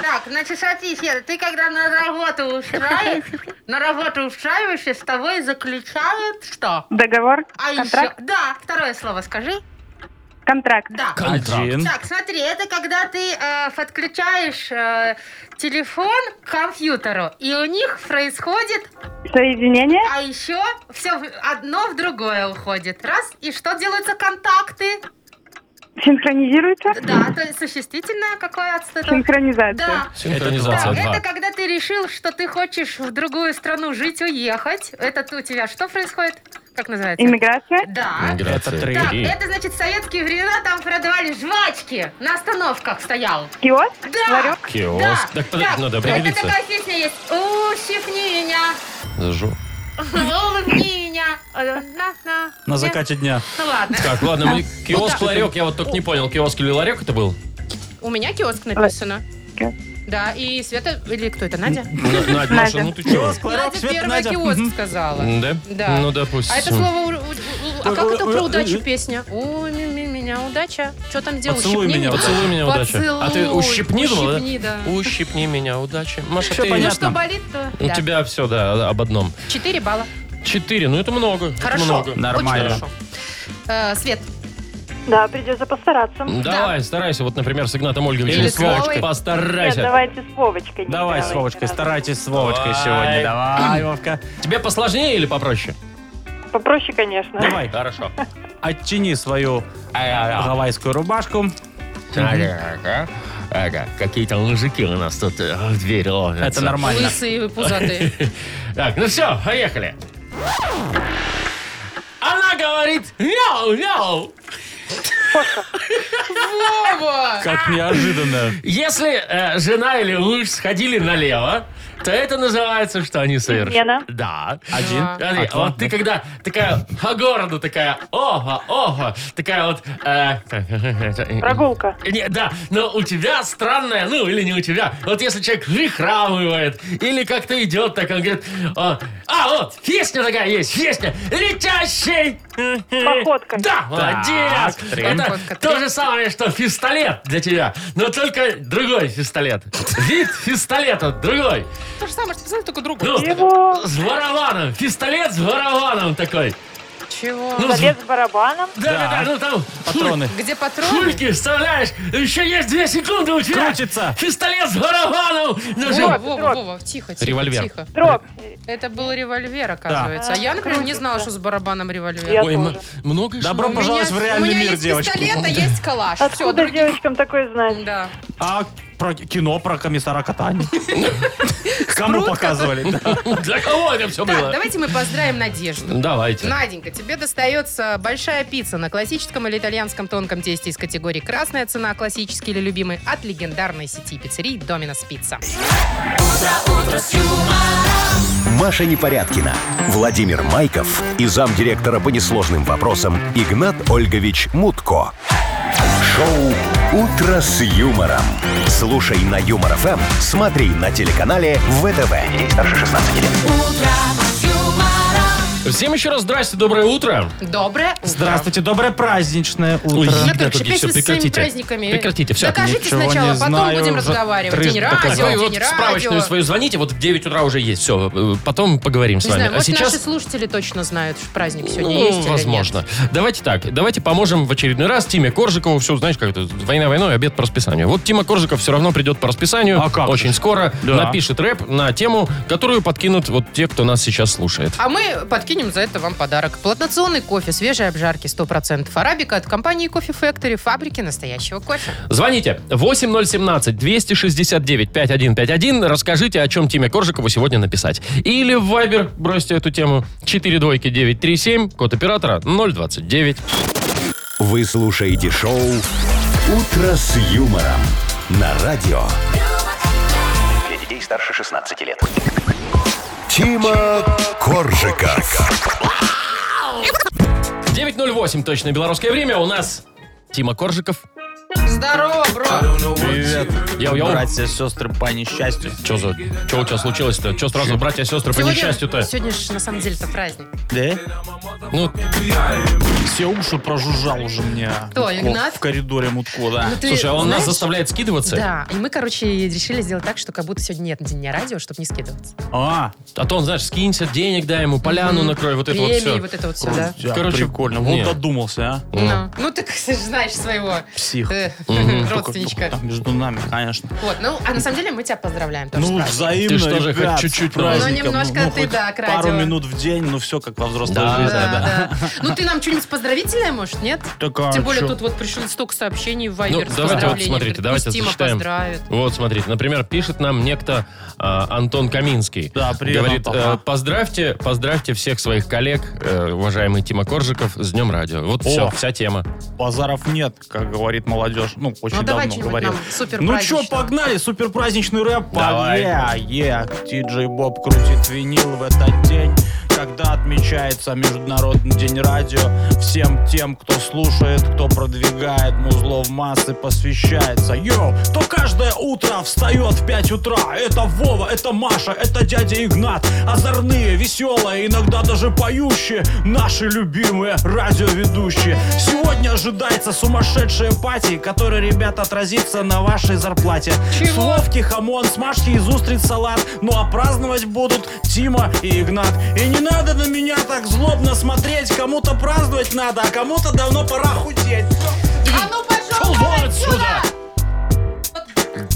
Speaker 4: Так, значит, смотри, Сера, ты когда на работу устраиваешься, на работу устраиваешься, с тобой заключают что?
Speaker 7: Договор,
Speaker 4: А еще...
Speaker 7: контракт,
Speaker 4: Да, второе слово скажи.
Speaker 7: контракт.
Speaker 4: Да.
Speaker 2: Контракт.
Speaker 3: Один.
Speaker 4: Так, смотри, это когда ты э, подключаешь э, телефон к компьютеру, и у них происходит,
Speaker 7: Соединение.
Speaker 4: а еще все одно в другое уходит. Раз, и что делаются контакты?
Speaker 7: Синхронизируется.
Speaker 4: Да, то есть существительное какое от этого?
Speaker 7: Синхронизация.
Speaker 4: Да. Так,
Speaker 2: Синхронизация 2.
Speaker 4: это когда ты решил, что ты хочешь в другую страну жить, уехать. Это у тебя что происходит? Как называется?
Speaker 7: Иммиграция.
Speaker 4: Да.
Speaker 3: А, Это три.
Speaker 4: Так,
Speaker 2: Три.
Speaker 4: это значит в советские времена там продавали жвачки. На остановках стоял.
Speaker 7: Киоск.
Speaker 4: Да.
Speaker 7: Ларек.
Speaker 2: Киоск. ну
Speaker 4: Да.
Speaker 2: Так, подожди,
Speaker 4: Это
Speaker 2: надо определиться.
Speaker 4: такая песня есть. Ущипни меня,
Speaker 2: Зажжу.
Speaker 4: улыбни меня. Э, на- на.
Speaker 3: На закате дня.
Speaker 4: Ну ладно.
Speaker 2: Так, ладно, мы- киоск,
Speaker 4: да.
Speaker 2: ларек, я вот только не понял, киоск или ларек это был?
Speaker 4: У меня киоск написано.
Speaker 7: Киоск.
Speaker 4: Да, и Света, или кто это, Надя?
Speaker 2: Н- Надь, Маша, ну ты чего?
Speaker 3: Киоск, ларек,
Speaker 4: Надя
Speaker 3: свет,
Speaker 4: первая
Speaker 3: Надя.
Speaker 4: киоск
Speaker 3: Мгм.
Speaker 4: сказала.
Speaker 2: Да?
Speaker 4: Да.
Speaker 2: Ну, допустим.
Speaker 4: А это слово... у- у- у- А как это про удачу песня? У ми- ми- меня удача. Что там делал?
Speaker 3: Поцелуй
Speaker 4: Ущипни
Speaker 3: меня,
Speaker 2: Поцелуй меня, удача.
Speaker 4: Поцелуй,
Speaker 2: А ты ущипни, думала,
Speaker 4: ущипни, да.
Speaker 2: да? Ущипни меня, удача. Маша,
Speaker 3: Всё
Speaker 2: ты...
Speaker 4: Ну
Speaker 3: понятно.
Speaker 4: что болит, то...
Speaker 2: У
Speaker 4: да.
Speaker 2: тебя все, да, об одном.
Speaker 4: Четыре балла.
Speaker 2: Четыре, ну это много. это
Speaker 4: Хорошо.
Speaker 2: много.
Speaker 4: Очень
Speaker 3: Нормально.
Speaker 4: хорошо. Э, Свет,
Speaker 7: Да, придется постараться.
Speaker 2: Давай, старайся, вот, например, с Игнатом Ольговичем.
Speaker 4: Или
Speaker 2: с Вовочкой.
Speaker 4: с Вовой.
Speaker 2: Постарайся.
Speaker 7: давайте с Вовочкой.
Speaker 3: Давай с Вовочкой, старайтесь с Вовочкой
Speaker 2: Давай.
Speaker 3: сегодня. Давай, Вовка.
Speaker 2: Тебе посложнее или попроще?
Speaker 7: Попроще, конечно.
Speaker 3: Давай,
Speaker 2: Хорошо.
Speaker 3: оттяни свою гавайскую рубашку.
Speaker 2: Какие-то лужики у нас тут э, в дверь ловятся.
Speaker 3: Это нормально.
Speaker 4: лысые, пузатые.
Speaker 2: Так, ну все, поехали. Она говорит, мяу, мяу.
Speaker 4: Вова!
Speaker 3: Как неожиданно.
Speaker 2: А. Если э, жена или муж сходили налево, то это называется, что они совершили.
Speaker 7: Измена.
Speaker 2: Да.
Speaker 3: Один.
Speaker 2: Смотри,
Speaker 3: Отла-
Speaker 2: вот ты когда такая по городу такая, ого, ого, такая вот... э,
Speaker 7: Прогулка.
Speaker 2: Не, да, но у тебя странная, ну или не у тебя. Вот если человек прихрамывает или как-то идет, так он говорит, а, а, вот, песня такая есть, песня, летящий.
Speaker 7: Походка.
Speaker 2: Да, молодец.
Speaker 3: три.
Speaker 2: Это
Speaker 4: Походка, три.
Speaker 2: то же самое, что пистолет для тебя, но только другой пистолет. Вид пистолета другой.
Speaker 4: То же самое, что писали, только другу.
Speaker 2: Ну,
Speaker 7: Его
Speaker 2: с барабаном, пистолет с барабаном такой.
Speaker 4: Чего?
Speaker 2: Ну,
Speaker 7: залез с барабаном.
Speaker 2: да, да, да, ну там
Speaker 3: Патроны.
Speaker 4: Где патроны?
Speaker 2: Пульки вставляешь, еще есть две секунды у тебя.
Speaker 3: Крутится.
Speaker 2: Пистолет с барабаном. Нажим.
Speaker 4: Вова,
Speaker 7: Вот,
Speaker 4: Вова,
Speaker 7: вот.
Speaker 4: Вова, тихо, тихо,
Speaker 2: Револьвер.
Speaker 4: тихо.
Speaker 7: Трог.
Speaker 4: Это был револьвер, оказывается.
Speaker 7: Да.
Speaker 4: А я, например, не
Speaker 7: Крутится.
Speaker 4: знала, что с барабаном револьвер.
Speaker 7: Я
Speaker 2: Ой, м-
Speaker 7: тоже.
Speaker 2: много еще
Speaker 3: Добро
Speaker 2: много.
Speaker 4: У меня-
Speaker 3: пожаловать в реальный
Speaker 4: у меня
Speaker 3: мир,
Speaker 4: есть
Speaker 3: девочки.
Speaker 4: пистолет, а есть калаш. Все,
Speaker 7: Откуда девочкам такое знать?
Speaker 4: Да.
Speaker 3: А про кино про комиссара Катани. Кому показывали? да.
Speaker 2: Для кого это все
Speaker 4: Так,
Speaker 2: было?
Speaker 4: давайте мы поздравим Надежду.
Speaker 2: Давайте.
Speaker 4: Наденька, тебе достается большая пицца на классическом или итальянском тонком тесте из категории «Красная цена», «Классический» или «Любимый» от легендарной сети пиццерий «Доминос Пицца».
Speaker 1: Маша Непорядкина, Владимир Майков и замдиректора по несложным вопросам Игнат Ольгович Мутко. Шоу «Утро с юмором». Слушай на Юмор ФМ, смотри на телеканале ВТВ. Здесь старше 16 лет.
Speaker 8: юмора,
Speaker 2: Всем еще раз здрасте, доброе утро.
Speaker 4: Доброе утро.
Speaker 3: Здравствуйте, доброе праздничное
Speaker 2: Ой,
Speaker 3: утро.
Speaker 2: Игнат,
Speaker 4: Игнат Ольгович,
Speaker 2: Ольгович,
Speaker 4: опять вы
Speaker 2: всё,
Speaker 4: со своими
Speaker 2: прекратите.
Speaker 4: праздниками.
Speaker 2: Прекратите, всё.
Speaker 4: Докажите
Speaker 3: Ничего не
Speaker 4: сначала, потом
Speaker 3: знаю,
Speaker 4: будем
Speaker 3: уже
Speaker 4: разговаривать.
Speaker 3: трыж
Speaker 4: День
Speaker 3: доказал.
Speaker 4: радио,
Speaker 2: Вы вот
Speaker 4: день
Speaker 2: в справочную
Speaker 4: радио.
Speaker 2: свою звоните, вот в 9 утра уже есть. Все, потом поговорим с
Speaker 4: Не
Speaker 2: вами.
Speaker 4: знаю,
Speaker 2: а
Speaker 4: вот
Speaker 2: сейчас...
Speaker 4: наши слушатели точно знают, что праздник
Speaker 2: Ну,
Speaker 4: сегодня есть или нет.
Speaker 2: возможно. Давайте так, давайте поможем в очередной раз Тиме Коржикову. Все, знаешь, как это, война войной, обед по расписанию. Вот Тима Коржиков все равно придет по расписанию.
Speaker 3: А как
Speaker 2: Очень скоро
Speaker 3: Да.
Speaker 2: напишет рэп на тему, которую подкинут вот те, кто нас сейчас слушает.
Speaker 4: А мы подкинем за это вам подарок. Платнационный кофе свежей обжарки 100% арабика от компании Coffee Factory, фабрики настоящего кофе.
Speaker 2: Звоните 8017-269-5151. Расскажите, о чем Тиме Коржикову сегодня написать. Или в Viber бросьте эту тему 4 двойки 937, код оператора 029.
Speaker 1: Вы слушаете шоу «Утро с юмором» на радио.
Speaker 6: Для детей старше 16 лет.
Speaker 1: Тима Коржика.
Speaker 2: 908 точное белорусское время. У нас Тима Коржиков.
Speaker 4: Здорово, бро!
Speaker 3: Привет.
Speaker 2: А. Йоу, йоу.
Speaker 3: Братья, сестры, по несчастью.
Speaker 2: Что за... Что у тебя случилось-то? Что сразу братья и сестры по несчастью-то?
Speaker 4: сегодня же на самом деле-то праздник.
Speaker 3: Да?
Speaker 2: Ну,
Speaker 3: Все уши прожужжал уже мне.
Speaker 4: Кто,
Speaker 3: Мутко,
Speaker 4: Игнат?
Speaker 3: В коридоре Мутко, да.
Speaker 4: Ну ты
Speaker 2: слушай, а он нас
Speaker 4: знаешь-
Speaker 2: заставляет скидываться?
Speaker 4: Да, и мы, короче, решили сделать так, что как будто сегодня нет Дня радио, чтобы не скидываться.
Speaker 3: А,
Speaker 2: А то он, знаешь, скинься, денег дай ему, поляну
Speaker 4: Мгм.
Speaker 2: накрой, вот это вот
Speaker 4: Премии,
Speaker 2: все.
Speaker 4: вот это вот все, да.
Speaker 3: всё,
Speaker 2: Короче,
Speaker 3: прикольно. Вот
Speaker 2: не.
Speaker 3: додумался, а.
Speaker 4: Ну, Ну, ты ты же знаешь своего
Speaker 3: Псих. ну,
Speaker 4: э,
Speaker 2: Мгм.
Speaker 4: родственничка.
Speaker 3: Там между нами, конечно.
Speaker 4: Вот, ну, а на самом деле мы тебя поздравляем. тоже с
Speaker 3: Ну,
Speaker 4: праздником.
Speaker 3: взаимно,
Speaker 2: Ты что же,
Speaker 3: ребят,
Speaker 2: хоть чуть-чуть,
Speaker 3: с
Speaker 2: но-
Speaker 3: праздником.
Speaker 4: Ну, немножко
Speaker 3: Ну,
Speaker 4: ты,
Speaker 3: хоть
Speaker 4: да, к
Speaker 3: Пару
Speaker 4: радио.
Speaker 3: минут в день, ну все как во взрослой
Speaker 2: Да,
Speaker 3: жизни.
Speaker 4: Да,
Speaker 3: да.
Speaker 4: да. Ну, ты нам что-нибудь поздравительное, может, нет?
Speaker 3: Так, а
Speaker 4: Тем более
Speaker 3: чё?
Speaker 4: тут вот пришло столько сообщений в
Speaker 2: Ну,
Speaker 4: Viber с
Speaker 2: давайте вот
Speaker 4: поздравлениями.
Speaker 2: смотрите,
Speaker 4: Говорит,
Speaker 2: давайте
Speaker 4: «Пусть Тима
Speaker 2: зачитаем.
Speaker 4: поздравит.
Speaker 2: Вот, смотрите, например, пишет нам некто а, Антон Каминский.
Speaker 3: Да, привет,
Speaker 2: Говорит,
Speaker 3: Антон,
Speaker 2: э,
Speaker 3: да.
Speaker 2: поздравьте, поздравьте всех своих коллег, э, уважаемый Тима Коржиков, с Днем Радио. Вот
Speaker 3: О.
Speaker 2: все, вся тема.
Speaker 3: Базаров нет, как говорит молодежь. Ну, очень
Speaker 4: Ну, давай
Speaker 3: давно
Speaker 4: что-нибудь нам
Speaker 3: говорил.
Speaker 4: супер
Speaker 3: Ну чё,
Speaker 4: праздничного.
Speaker 3: погнали, супер праздничный рэп.
Speaker 2: Давай.
Speaker 3: Е, Диджей Боб крутит винил в этот день, когда отмечается Международный день радио. Всем тем, кто слушает, кто продвигает музло в массы, посвящается. Йоу, кто каждое утро встает в 5 утра. Это Вова, это Маша, это дядя Игнат. Озорные, веселые, иногда даже поющие. Наши любимые радиоведущие. Сегодня ожидается сумасшедшая пати, которая, ребята, отразится на вашей зарплате. С Вовки хамон, с Машки из устриц салат. Ну а праздновать будут Тима и Игнат. И не надо на меня так злобно смотреть. Кому-то праздновать надо, а кому-то давно пора худеть.
Speaker 4: А ну, пошел
Speaker 2: вон отсюда!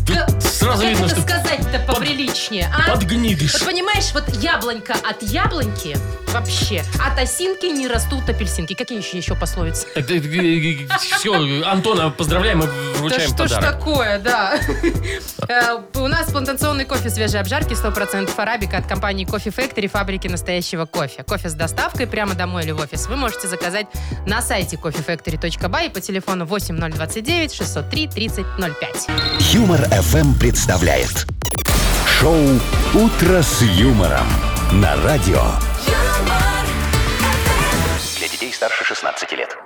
Speaker 4: Да,
Speaker 2: Сразу
Speaker 4: как
Speaker 2: видно,
Speaker 4: это
Speaker 2: что
Speaker 4: сказать-то поприличнее, а? Вот
Speaker 2: подгнидыш.
Speaker 4: понимаешь, вот яблонько от яблоньки вообще, от осинки не растут апельсинки. Какие еще, еще пословицы?
Speaker 2: э, Все, Антона поздравляем и вручаем
Speaker 4: да что ж
Speaker 2: подарок.
Speaker 4: такое, да. Э, У нас плантационный кофе свежей обжарки 100% арабика от компании Coffee Factory, фабрики настоящего кофе. Кофе с доставкой прямо домой или в офис вы можете заказать на сайте coffeefactory.by и по телефону 8029 603 3005.
Speaker 1: Юмор FM представляет шоу Утро с юмором на радио.
Speaker 8: юмор,
Speaker 6: Для детей старше 16 лет.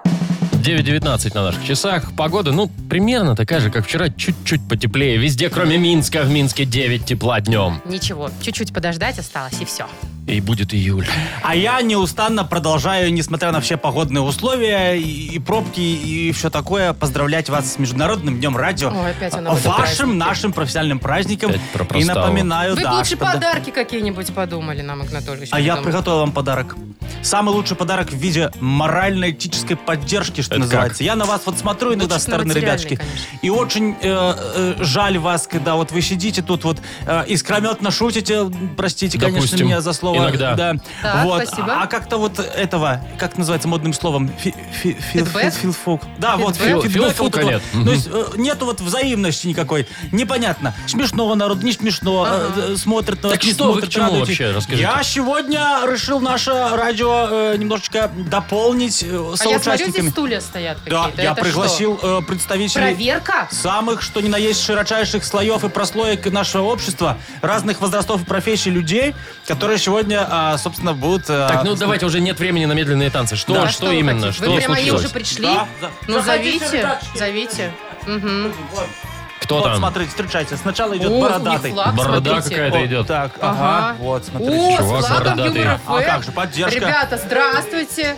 Speaker 2: 9.19 на наших часах. Погода, ну, примерно такая же, как вчера, чуть-чуть потеплее. Везде, кроме Минска. В Минске 9 тепла днем.
Speaker 4: Ничего, чуть-чуть подождать осталось и все.
Speaker 2: И будет июль.
Speaker 3: А я неустанно продолжаю, несмотря на все погодные условия и, и пробки, и все такое, поздравлять вас с Международным днем радио.
Speaker 4: Ой, опять она в этом празднике.
Speaker 3: Вашим нашим профессиональным праздником.
Speaker 2: Опять про
Speaker 3: и
Speaker 2: проставу.
Speaker 3: напоминаю,
Speaker 4: Вы бы
Speaker 3: да.
Speaker 4: лучше
Speaker 3: что да-
Speaker 4: подарки какие-нибудь подумали нам, Игнатольевич.
Speaker 3: А я
Speaker 4: придумал.
Speaker 3: приготовил вам подарок. Самый лучший подарок в виде морально-этической поддержки, что
Speaker 2: Это
Speaker 3: называется. Я на вас вот смотрю иногда
Speaker 4: Лучше
Speaker 3: со стороны,
Speaker 4: материальной,
Speaker 3: ребятушки,
Speaker 4: конечно.
Speaker 3: и очень э, э, жаль вас, когда вот вы сидите тут вот э, искрометно шутите, простите, конечно,
Speaker 2: Допустим.
Speaker 3: меня за слово.
Speaker 2: Иногда.
Speaker 3: Да.
Speaker 4: Так,
Speaker 3: вот.
Speaker 4: спасибо.
Speaker 3: А, а как-то вот этого, как называется модным словом? Фи- фи- фи-
Speaker 4: Фидбэк?
Speaker 3: фи- Филфук. Да, вот.
Speaker 4: Фидбэк?
Speaker 3: фи- фидбэка
Speaker 2: Филфука
Speaker 3: вот этого.
Speaker 2: нет.
Speaker 3: То есть э, нету вот взаимности никакой. Непонятно. Смешного народу, не смешного. э, э, смотрят на
Speaker 2: Так
Speaker 3: вас, не
Speaker 2: что вы
Speaker 3: смотрят,
Speaker 2: к чему
Speaker 3: радуетесь.
Speaker 2: вообще? Расскажите.
Speaker 3: Я сегодня решил наше радио э, немножечко дополнить э,
Speaker 4: А я смотрю, здесь
Speaker 3: соучастниками.
Speaker 4: стулья стоят
Speaker 3: Да,
Speaker 4: какие-то.
Speaker 3: я
Speaker 4: Это
Speaker 3: пригласил э,
Speaker 4: что?
Speaker 3: представителей
Speaker 4: Проверка?
Speaker 3: самых, что ни на есть, широчайших слоев и прослоек нашего общества, разных возрастов и профессий людей, которые сегодня, а, собственно, будут... а,
Speaker 2: Так, ну давайте, уже нет времени на медленные танцы. Что,
Speaker 4: Да,
Speaker 2: что,
Speaker 4: вы
Speaker 2: именно?
Speaker 4: хотите?
Speaker 2: Что
Speaker 4: Вы прямо они
Speaker 2: случилось?
Speaker 4: уже пришли?
Speaker 3: Да, за-
Speaker 4: Ну,
Speaker 3: заходите,
Speaker 4: зовите,
Speaker 3: ребятки.
Speaker 4: зовите. Мгм.
Speaker 2: Кто
Speaker 3: вот,
Speaker 2: там?
Speaker 3: смотрите, встречайте. Сначала идет
Speaker 4: О,
Speaker 3: бородатый.
Speaker 4: у них флаг,
Speaker 2: Борода
Speaker 4: смотрите.
Speaker 2: какая-то. Это идет.
Speaker 3: Так,
Speaker 4: Ага.
Speaker 3: ага. Вот, смотрите.
Speaker 4: О, с
Speaker 2: чувак
Speaker 4: флагом
Speaker 2: бородатый.
Speaker 4: юмора
Speaker 3: А
Speaker 4: ФМ.
Speaker 3: как же, поддержка.
Speaker 4: Ребята, здравствуйте.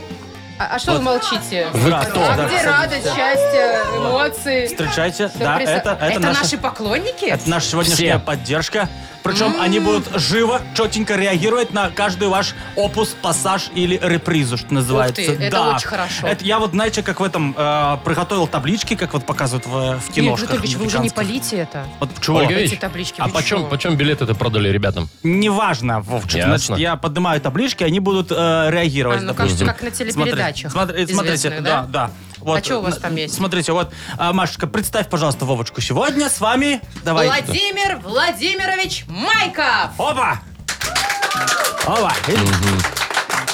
Speaker 4: А, а что вы молчите?
Speaker 2: Вы
Speaker 4: А
Speaker 2: кто?
Speaker 3: Да,
Speaker 4: где
Speaker 3: кстати,
Speaker 4: радость,
Speaker 3: да.
Speaker 4: счастье, эмоции?
Speaker 3: Встречайте.
Speaker 4: Всё
Speaker 3: Да,
Speaker 4: присо-
Speaker 3: это, это, наша-
Speaker 4: наши поклонники?
Speaker 3: Это наша сегодняшняя
Speaker 2: Все.
Speaker 3: поддержка. Причем они будут живо, четенько реагировать на каждый ваш опус, пассаж или репризу, что называется.
Speaker 4: Ух ты, это
Speaker 3: Да.
Speaker 4: очень хорошо.
Speaker 3: Это я вот, знаете, как в этом э, приготовил таблички, как вот показывают в, в киношках.
Speaker 4: Анатольевич, вы уже не
Speaker 3: американских.
Speaker 4: полите это.
Speaker 3: Вот чего?
Speaker 2: Ольга Ильич,
Speaker 4: Эти таблички.
Speaker 2: а
Speaker 4: вы
Speaker 2: почем,
Speaker 4: чё?
Speaker 2: почем билет это продали ребятам?
Speaker 3: Неважно, Вовчик.
Speaker 2: Ясно.
Speaker 3: Значит, я поднимаю таблички, они будут э,
Speaker 4: А,
Speaker 3: реагировать.
Speaker 4: ну, кажется,
Speaker 3: допустим.
Speaker 4: как на телепередачах.
Speaker 3: Смотри- смотри- смотрите,
Speaker 4: известных,
Speaker 3: да, да. Вот,
Speaker 4: А чё у вас
Speaker 3: э,
Speaker 4: там есть?
Speaker 3: Смотрите, вот, а, Машечка, представь, пожалуйста, Вовочку. Сегодня с вами... Давай.
Speaker 4: Владимир Владимирович Майков!
Speaker 3: Опа! Опа! Видишь?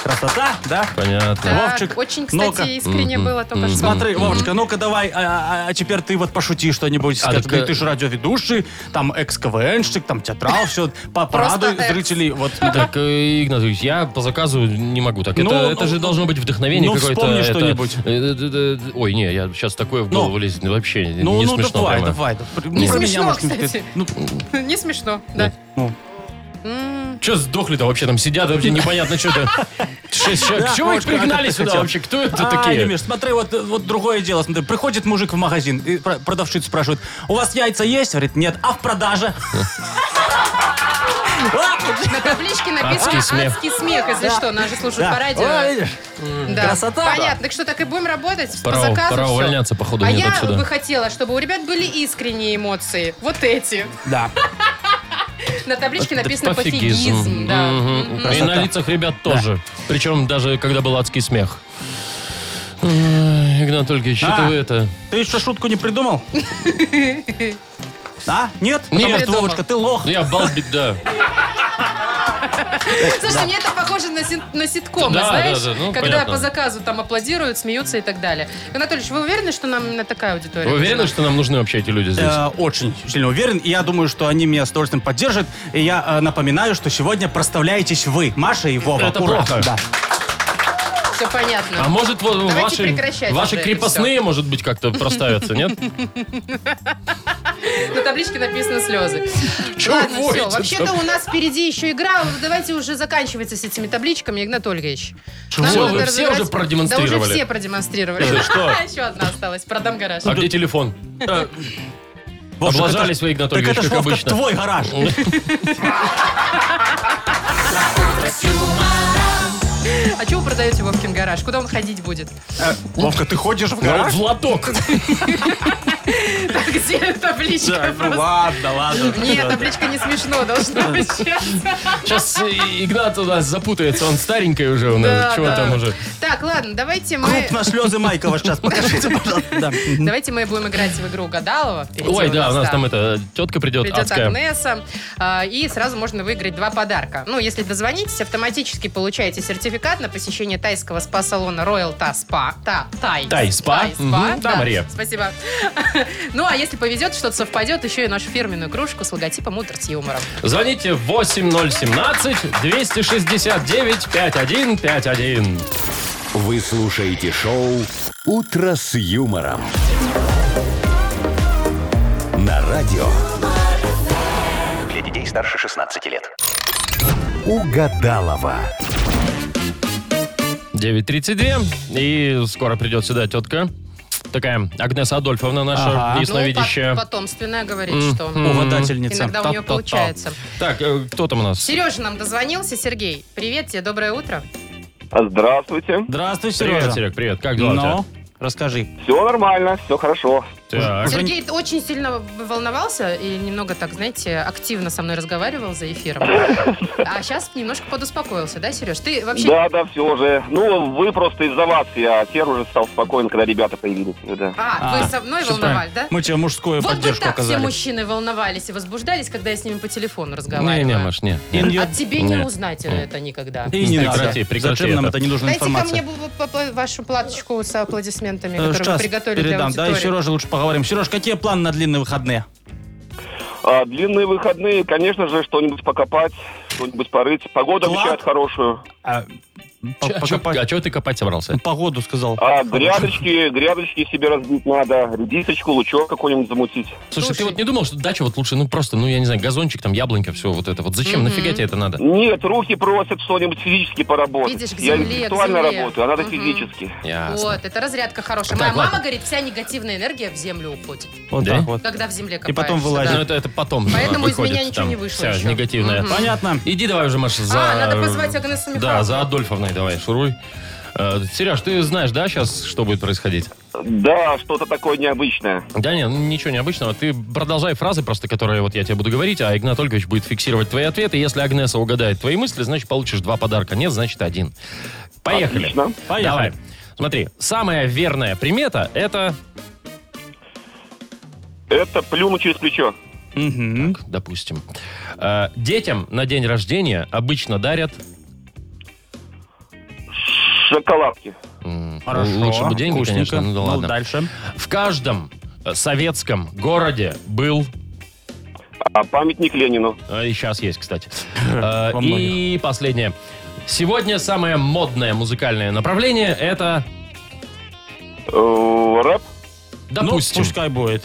Speaker 3: Красота, да?
Speaker 2: Понятно.
Speaker 4: Так,
Speaker 3: Вовчик,
Speaker 4: очень,
Speaker 3: ну-ка.
Speaker 4: кстати, искренне было только что.
Speaker 3: Смотри, Вовочка, ну-ка давай, а, а- а теперь ты вот пошути что-нибудь.
Speaker 2: А,
Speaker 3: Скажи,
Speaker 2: так, э,
Speaker 3: ты же радиоведущий, там экс-КВНщик, там театрал, все, порадуй
Speaker 4: Просто экс.
Speaker 3: зрителей. Вот,
Speaker 2: Так, э, Игнат Ильич, я по заказу не могу так.
Speaker 3: Ну,
Speaker 2: это, это
Speaker 3: ну,
Speaker 2: же должно быть вдохновение
Speaker 3: ну,
Speaker 2: какое-то.
Speaker 3: вспомни
Speaker 2: это-
Speaker 3: что-нибудь.
Speaker 2: э, э, э, э, Ой, не, я сейчас такое в голову
Speaker 3: Ну.
Speaker 2: лезет. Вообще не-
Speaker 3: ну,
Speaker 2: не
Speaker 3: ну,
Speaker 2: смешно
Speaker 3: давай,
Speaker 2: прямо.
Speaker 3: давай. Ну,
Speaker 4: Не
Speaker 3: про меня,
Speaker 4: смешно,
Speaker 3: может, не
Speaker 4: кстати.
Speaker 3: сказать. Ну,
Speaker 4: Не смешно, да.
Speaker 3: ну.
Speaker 4: М,
Speaker 2: Че сдохли-то вообще там сидят? Вообще непонятно, что-то. Шесть человек.
Speaker 3: Да,
Speaker 2: Чего их
Speaker 3: Машка, а
Speaker 2: пригнали
Speaker 3: ты
Speaker 2: сюда
Speaker 3: хотел?
Speaker 2: вообще? Кто это
Speaker 3: а, не,
Speaker 2: такие?
Speaker 3: Миш, смотри, вот, вот другое дело. Смотри, приходит мужик в магазин, и про- продавщица спрашивает, у вас яйца есть? Говорит, нет. А в продаже?
Speaker 4: На табличке написано
Speaker 2: Адский смех.
Speaker 4: «Адский смех», если что. Нас же слушают
Speaker 3: Да.
Speaker 4: по
Speaker 3: О,
Speaker 4: радио.
Speaker 3: видишь?
Speaker 4: Да.
Speaker 3: Красота, да.
Speaker 4: Понятно. Так что так и будем работать по
Speaker 2: Пора-
Speaker 4: заказу.
Speaker 2: пора
Speaker 4: всё.
Speaker 2: увольняться, походу,
Speaker 4: А
Speaker 2: мне
Speaker 4: я
Speaker 2: отсюда.
Speaker 4: бы хотела, чтобы у ребят были искренние эмоции. Вот эти.
Speaker 3: Да.
Speaker 4: На табличке
Speaker 2: Это
Speaker 4: написано «пофигизм». да.
Speaker 2: Мгм.
Speaker 4: Мгм.
Speaker 2: И
Speaker 3: Красота.
Speaker 2: на лицах ребят тоже. Причем даже когда был адский смех. Ой, Игнат Ольгович,
Speaker 3: А.
Speaker 2: это вы это...
Speaker 3: Ты еще шутку не придумал? А? Нет?
Speaker 2: Нет.
Speaker 3: Потому что, Вовочка, ты лох.
Speaker 2: Ну я балбит, да.
Speaker 4: Слушай, мне это похоже на, сит- на ситком,
Speaker 2: Да,
Speaker 4: знаешь,
Speaker 2: да, да, ну,
Speaker 4: когда
Speaker 2: понятно.
Speaker 4: по заказу там аплодируют, смеются и так далее. Анатольевич, вы уверены, что нам именно такая аудитория?
Speaker 2: Вы уверены,
Speaker 4: нужна?
Speaker 2: что нам нужны вообще эти люди здесь?
Speaker 3: Э, Очень сильно уверен. И я думаю, что они меня с удовольствием поддержат. И я э, напоминаю, что сегодня проставляетесь вы, Маша и Вова.
Speaker 2: Это
Speaker 3: Ура.
Speaker 2: плохо.
Speaker 3: Да.
Speaker 4: Все понятно.
Speaker 2: А может, вот
Speaker 4: Давайте
Speaker 2: ваши,
Speaker 4: прекращать
Speaker 2: ваши
Speaker 4: уже это
Speaker 2: крепостные, может быть, как-то проставятся, нет?
Speaker 4: На табличке написано слезы.
Speaker 2: Чего
Speaker 4: Ладно,
Speaker 2: вы
Speaker 4: все.
Speaker 2: воете
Speaker 4: Вообще-то
Speaker 2: там?
Speaker 4: у нас впереди еще игра. Давайте уже заканчивайте с этими табличками, Игнат Ольгович. Нам
Speaker 2: Все,
Speaker 4: надо
Speaker 2: вы все
Speaker 4: разыграть-
Speaker 2: уже продемонстрировали.
Speaker 4: Да уже все продемонстрировали.
Speaker 2: Это что?
Speaker 4: Еще одна осталась. Продам гараж.
Speaker 2: А где телефон? Э,
Speaker 3: Вовчик,
Speaker 2: Облажались
Speaker 3: это-
Speaker 2: вы, Игнат
Speaker 3: Так
Speaker 2: Ольгович,
Speaker 3: это ж,
Speaker 2: как
Speaker 3: Вовка,
Speaker 2: обычно. Ну,
Speaker 3: твой гараж.
Speaker 4: А чего вы продаете Вовкин гараж? Куда он ходить будет?
Speaker 3: Э, Вовка, ты ходишь в гараж?
Speaker 2: В лоток.
Speaker 4: Где табличка? просто?
Speaker 3: ну ладно, ладно.
Speaker 4: Нет, табличка не смешно должна быть сейчас.
Speaker 2: Сейчас э, Игнат у нас запутается, он старенький уже у нас.
Speaker 4: Да,
Speaker 2: Чего
Speaker 4: да.
Speaker 2: там уже?
Speaker 4: Так, ладно, давайте мы...
Speaker 3: Крупно слезы Майкова сейчас покажите, пожалуйста. Да.
Speaker 4: Давайте мы будем играть в игру Гадалова. Впереди
Speaker 2: Ой, да, у нас
Speaker 4: да.
Speaker 2: там это тетка придет
Speaker 4: придет
Speaker 2: адская.
Speaker 4: Агнеса. а, И сразу можно выиграть два подарка. Ну, если дозвонитесь, автоматически получаете сертификат на посещение тайского спа-салона Royal Ta Spa. Та, тай.
Speaker 2: Тай спа.
Speaker 4: Тай спа,
Speaker 2: Мгм, да, Мария.
Speaker 4: Спасибо. Ну, а если повезет, что-то совпадет, еще и нашу фирменную кружку с логотипом «Утро с юмором».
Speaker 2: Звоните 8017-269-5151.
Speaker 1: Вы слушаете шоу «Утро с юмором». На радио
Speaker 6: Для детей старше 16 лет.
Speaker 1: «Угадалова».
Speaker 2: 9.32. И скоро придет сюда тетка. Такая Агнеса Адольфовна наша,
Speaker 3: Ага.
Speaker 2: ясновидящая.
Speaker 4: Ну, по- потомственная говорит, что
Speaker 3: Угадательница.
Speaker 4: иногда у нее
Speaker 2: Та-та-та.
Speaker 4: получается.
Speaker 2: Так, э, кто там у нас?
Speaker 4: Сережа нам дозвонился. Сергей, привет тебе, доброе утро.
Speaker 5: Здравствуйте.
Speaker 3: Здравствуй,
Speaker 2: Привет,
Speaker 3: Сережа.
Speaker 2: Серег, привет. Как дела у тебя?
Speaker 3: Ну, расскажи.
Speaker 5: Все нормально, все хорошо.
Speaker 2: Так.
Speaker 3: Уже
Speaker 4: Сергей очень сильно волновался и немного так, знаете, активно со мной разговаривал за эфиром. А сейчас немножко подуспокоился, да, Сереж? Ты вообще...
Speaker 5: Да, да, все уже. Ну, вы просто из-за вас. Я теперь уже стал спокоен, когда ребята появились. Да.
Speaker 4: А, вы
Speaker 3: А,
Speaker 4: со мной
Speaker 3: всё
Speaker 4: волновались, да?
Speaker 3: правильно. Мы тебе мужскую
Speaker 4: Вот бы
Speaker 3: поддержку
Speaker 4: так все
Speaker 3: оказали.
Speaker 4: мужчины волновались и возбуждались, когда я с ними по телефону
Speaker 2: Не, не,
Speaker 4: разговариваю.
Speaker 2: Маш, не.
Speaker 3: И не-
Speaker 4: А От тебе не
Speaker 2: Нет.
Speaker 4: узнать это никогда.
Speaker 3: И не надо.
Speaker 2: Прекрати, прекрати
Speaker 3: Зачем нам
Speaker 2: это.
Speaker 3: это не нужна
Speaker 4: Дайте ко
Speaker 3: информация?
Speaker 4: мне бу- бу- бу- вашу платочку с аплодисментами,
Speaker 3: Э,
Speaker 4: которую вы
Speaker 3: щас
Speaker 4: приготовили
Speaker 3: передам.
Speaker 4: для
Speaker 3: Да, и
Speaker 4: аудитории.
Speaker 3: Сережа лучше поговорим. Сереж, какие планы на длинные выходные?
Speaker 5: А, длинные выходные, конечно же, что-нибудь покопать, что-нибудь порыть. Погода
Speaker 3: Клад?
Speaker 5: обещает хорошую.
Speaker 3: А, По-
Speaker 2: Чё- а чё-
Speaker 3: покопать.
Speaker 2: а чего ты копать собрался?
Speaker 3: Погоду сказал.
Speaker 5: А, грядочки, грядочки себе разбить надо, редисочку, лучок какой-нибудь замутить.
Speaker 2: Слушай, ты
Speaker 4: Слушай.
Speaker 2: вот не думал, что дача вот лучше, ну просто, ну я не знаю, газончик, там яблонька, все вот это. Вот зачем,
Speaker 4: Мгм.
Speaker 2: нафига тебе это надо?
Speaker 5: Нет, руки просят что-нибудь физически поработать.
Speaker 4: Видишь, к
Speaker 5: Я
Speaker 4: земле, к
Speaker 5: интеллектуально
Speaker 4: земле.
Speaker 5: работаю, а надо
Speaker 4: Мгм.
Speaker 5: физически.
Speaker 2: Ясно.
Speaker 4: Вот, это разрядка хорошая.
Speaker 2: Так,
Speaker 4: Моя
Speaker 2: ладно.
Speaker 4: мама говорит, вся негативная энергия в землю уходит.
Speaker 3: Вот
Speaker 2: Да?
Speaker 3: так вот.
Speaker 4: Когда в земле
Speaker 3: И
Speaker 4: копаешься.
Speaker 3: потом вылазит.
Speaker 2: Ну
Speaker 4: да.
Speaker 2: это, это потом.
Speaker 4: Поэтому из
Speaker 2: выходит
Speaker 4: меня ничего
Speaker 2: там
Speaker 4: не вышло
Speaker 2: Вся
Speaker 4: еще.
Speaker 2: негативная.
Speaker 4: Мгм.
Speaker 3: Понятно.
Speaker 2: Иди давай уже, Маша, за...
Speaker 4: А,
Speaker 2: э,
Speaker 4: надо позвать Агнесу
Speaker 2: Да,
Speaker 4: Михайловну.
Speaker 2: за Адольфовной давай, шуруй. Э, Сереж, ты знаешь, да, сейчас, что будет происходить?
Speaker 5: Да, что-то такое необычное.
Speaker 2: Да нет, ничего необычного. Ты продолжай фразы просто, которые вот я тебе буду говорить, а Игнат Ольгович будет фиксировать твои ответы. Если Агнеса угадает твои мысли, значит, получишь два подарка. Нет, значит, один. Поехали.
Speaker 5: Отлично.
Speaker 2: Давай.
Speaker 3: Поехали.
Speaker 2: Смотри, самая верная примета – это,
Speaker 5: Это плюну через плечо.
Speaker 3: Мгм.
Speaker 2: допустим, э, детям на день рождения обычно дарят
Speaker 5: Шоколадки.
Speaker 2: м,
Speaker 3: Хорошо.
Speaker 2: лучше бы деньги,
Speaker 3: Вкусненько.
Speaker 2: конечно, ну да
Speaker 3: Ну,
Speaker 2: ладно.
Speaker 3: дальше.
Speaker 2: В каждом э, советском городе был,
Speaker 5: А памятник Ленину.
Speaker 2: э, и сейчас есть, кстати. Э,
Speaker 3: Во
Speaker 2: И последнее. Сегодня самое модное музыкальное направление – это,
Speaker 5: Э, Рэп.
Speaker 2: допустим,
Speaker 3: Ну, пускай будет.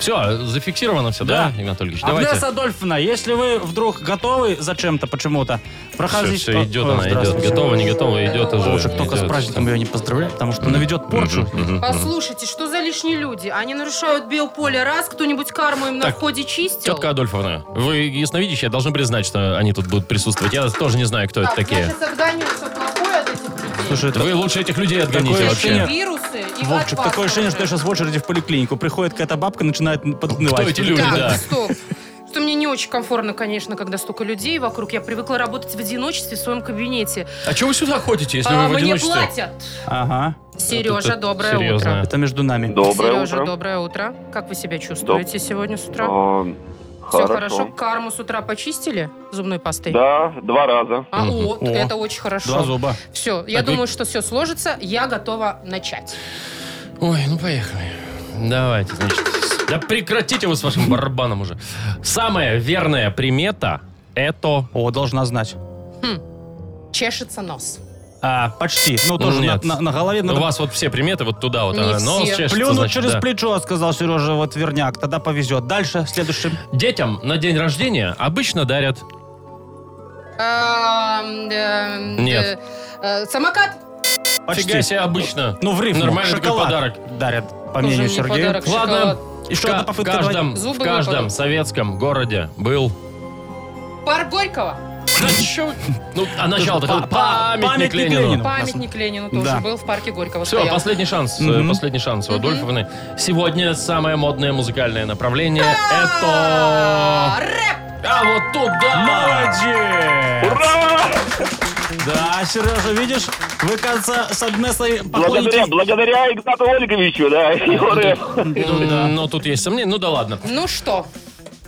Speaker 2: Все, зафиксировано все, да,
Speaker 3: Да.
Speaker 2: Игнат Ольгович?
Speaker 3: Агнеса
Speaker 2: Давайте.
Speaker 3: Адольфовна, если вы вдруг готовы зачем-то, почему-то,
Speaker 2: Все,
Speaker 3: проходите...
Speaker 2: все, идет
Speaker 3: О,
Speaker 2: она, идет.
Speaker 3: здравствуйте.
Speaker 2: Готова, не готова, идет уже.
Speaker 3: Лучше только с
Speaker 2: идет.
Speaker 3: праздником ее не поздравляю, потому что наведет порчу.
Speaker 4: Послушайте, что за лишние люди? Они нарушают биополе раз, кто-нибудь карму им на
Speaker 2: Так,
Speaker 4: входе чистил.
Speaker 2: Тетка Адольфовна, вы ясновидящая, должны признать, что они тут будут присутствовать. Я тоже не знаю, кто это
Speaker 4: так,
Speaker 2: такие.
Speaker 4: Наше сознание все плохое от этих людей.
Speaker 3: Слушай, это
Speaker 2: Вы лучше этих людей отгоните
Speaker 3: Такое
Speaker 4: Эти
Speaker 2: вообще.
Speaker 3: ощущение-
Speaker 4: вирусы и
Speaker 3: Вовчик,
Speaker 4: от вас
Speaker 3: такое ощущение, что я
Speaker 4: тоже.
Speaker 3: сейчас в очереди в поликлинику. Приходит какая-то бабка, начинает поднывать.
Speaker 2: Кто эти люди,
Speaker 4: Так,
Speaker 2: да.
Speaker 4: стоп. Что мне не очень комфортно, конечно, когда столько людей вокруг. Я привыкла работать в одиночестве в своем кабинете.
Speaker 2: А чего вы сюда ходите, если
Speaker 4: А,
Speaker 2: вы в
Speaker 4: мне
Speaker 2: одиночестве?
Speaker 4: платят.
Speaker 3: Ага,
Speaker 4: Сережа,
Speaker 2: это
Speaker 4: доброе
Speaker 2: серьезно.
Speaker 4: утро.
Speaker 3: это между нами.
Speaker 5: Доброе
Speaker 4: Сережа,
Speaker 5: утро.
Speaker 4: доброе утро. Как вы себя чувствуете сегодня с утра?
Speaker 5: Э,
Speaker 4: Все
Speaker 5: Хорошо.
Speaker 4: хорошо. Карму с утра почистили зубной пастой?
Speaker 5: Да, два раза.
Speaker 4: А,
Speaker 2: Мгм.
Speaker 4: о,
Speaker 3: О.
Speaker 4: это очень хорошо.
Speaker 3: Два зуба.
Speaker 4: Все, я
Speaker 2: Так,
Speaker 4: думаю, что все сложится. Я готова начать.
Speaker 2: Ой, ну поехали. Давайте, значит. Да прекратите вы с вашим барабаном уже. Самая верная примета – это...
Speaker 3: О, должна знать.
Speaker 4: Чешется нос.
Speaker 3: А, почти. Ну, тоже на,
Speaker 2: Нет.
Speaker 3: на- на голове.
Speaker 2: У
Speaker 3: надо-
Speaker 2: вас вот все приметы вот туда вот.
Speaker 4: Не
Speaker 2: она, нос
Speaker 4: все.
Speaker 2: чешется,
Speaker 3: Плюнуть
Speaker 2: значит,
Speaker 3: через
Speaker 2: да.
Speaker 3: плечо, сказал Сережа, вот верняк. Тогда повезет. Дальше, следующим.
Speaker 2: Детям на день рождения обычно дарят... Нет.
Speaker 4: Нет. э, Самокат?
Speaker 3: Почти.
Speaker 2: Фига себе, обычно.
Speaker 3: Ну, в рифму.
Speaker 2: Нормальный такой
Speaker 3: Шоколад
Speaker 2: подарок.
Speaker 3: дарят, по
Speaker 4: Тоже
Speaker 3: мнению
Speaker 4: мне
Speaker 3: Сергея.
Speaker 4: подарок.
Speaker 2: Ладно,
Speaker 4: Шоколад.
Speaker 3: Еще
Speaker 2: Ка-
Speaker 3: одна
Speaker 2: в
Speaker 3: попытка давай.
Speaker 2: каждом, в
Speaker 4: Зубы
Speaker 2: каждом
Speaker 4: выпадут.
Speaker 2: советском городе был...
Speaker 4: Пар Горького?
Speaker 2: Да чё? Ну, а начало
Speaker 3: Па- па-
Speaker 2: памятник
Speaker 3: памятник
Speaker 2: Ленину.
Speaker 3: Ленину.
Speaker 4: Памятник Ленину тоже
Speaker 3: Да.
Speaker 4: был в парке Горького.
Speaker 2: Все,
Speaker 4: стоял.
Speaker 2: последний шанс, э,
Speaker 3: Мгм.
Speaker 2: последний шанс у
Speaker 4: Мгм.
Speaker 2: Адольфовны. Сегодня самое модное музыкальное направление
Speaker 4: А,
Speaker 2: это...
Speaker 4: Рэп!
Speaker 2: А вот туда!
Speaker 3: Молодец!
Speaker 5: Ура!
Speaker 3: Да, Сережа, видишь, вы, кажется, с Агнесой
Speaker 5: Благодаря,
Speaker 3: поклонники.
Speaker 5: благодаря Игнату Ольговичу, да, его рэп.
Speaker 2: М, Но тут есть сомнения, ну да ладно.
Speaker 4: Ну что,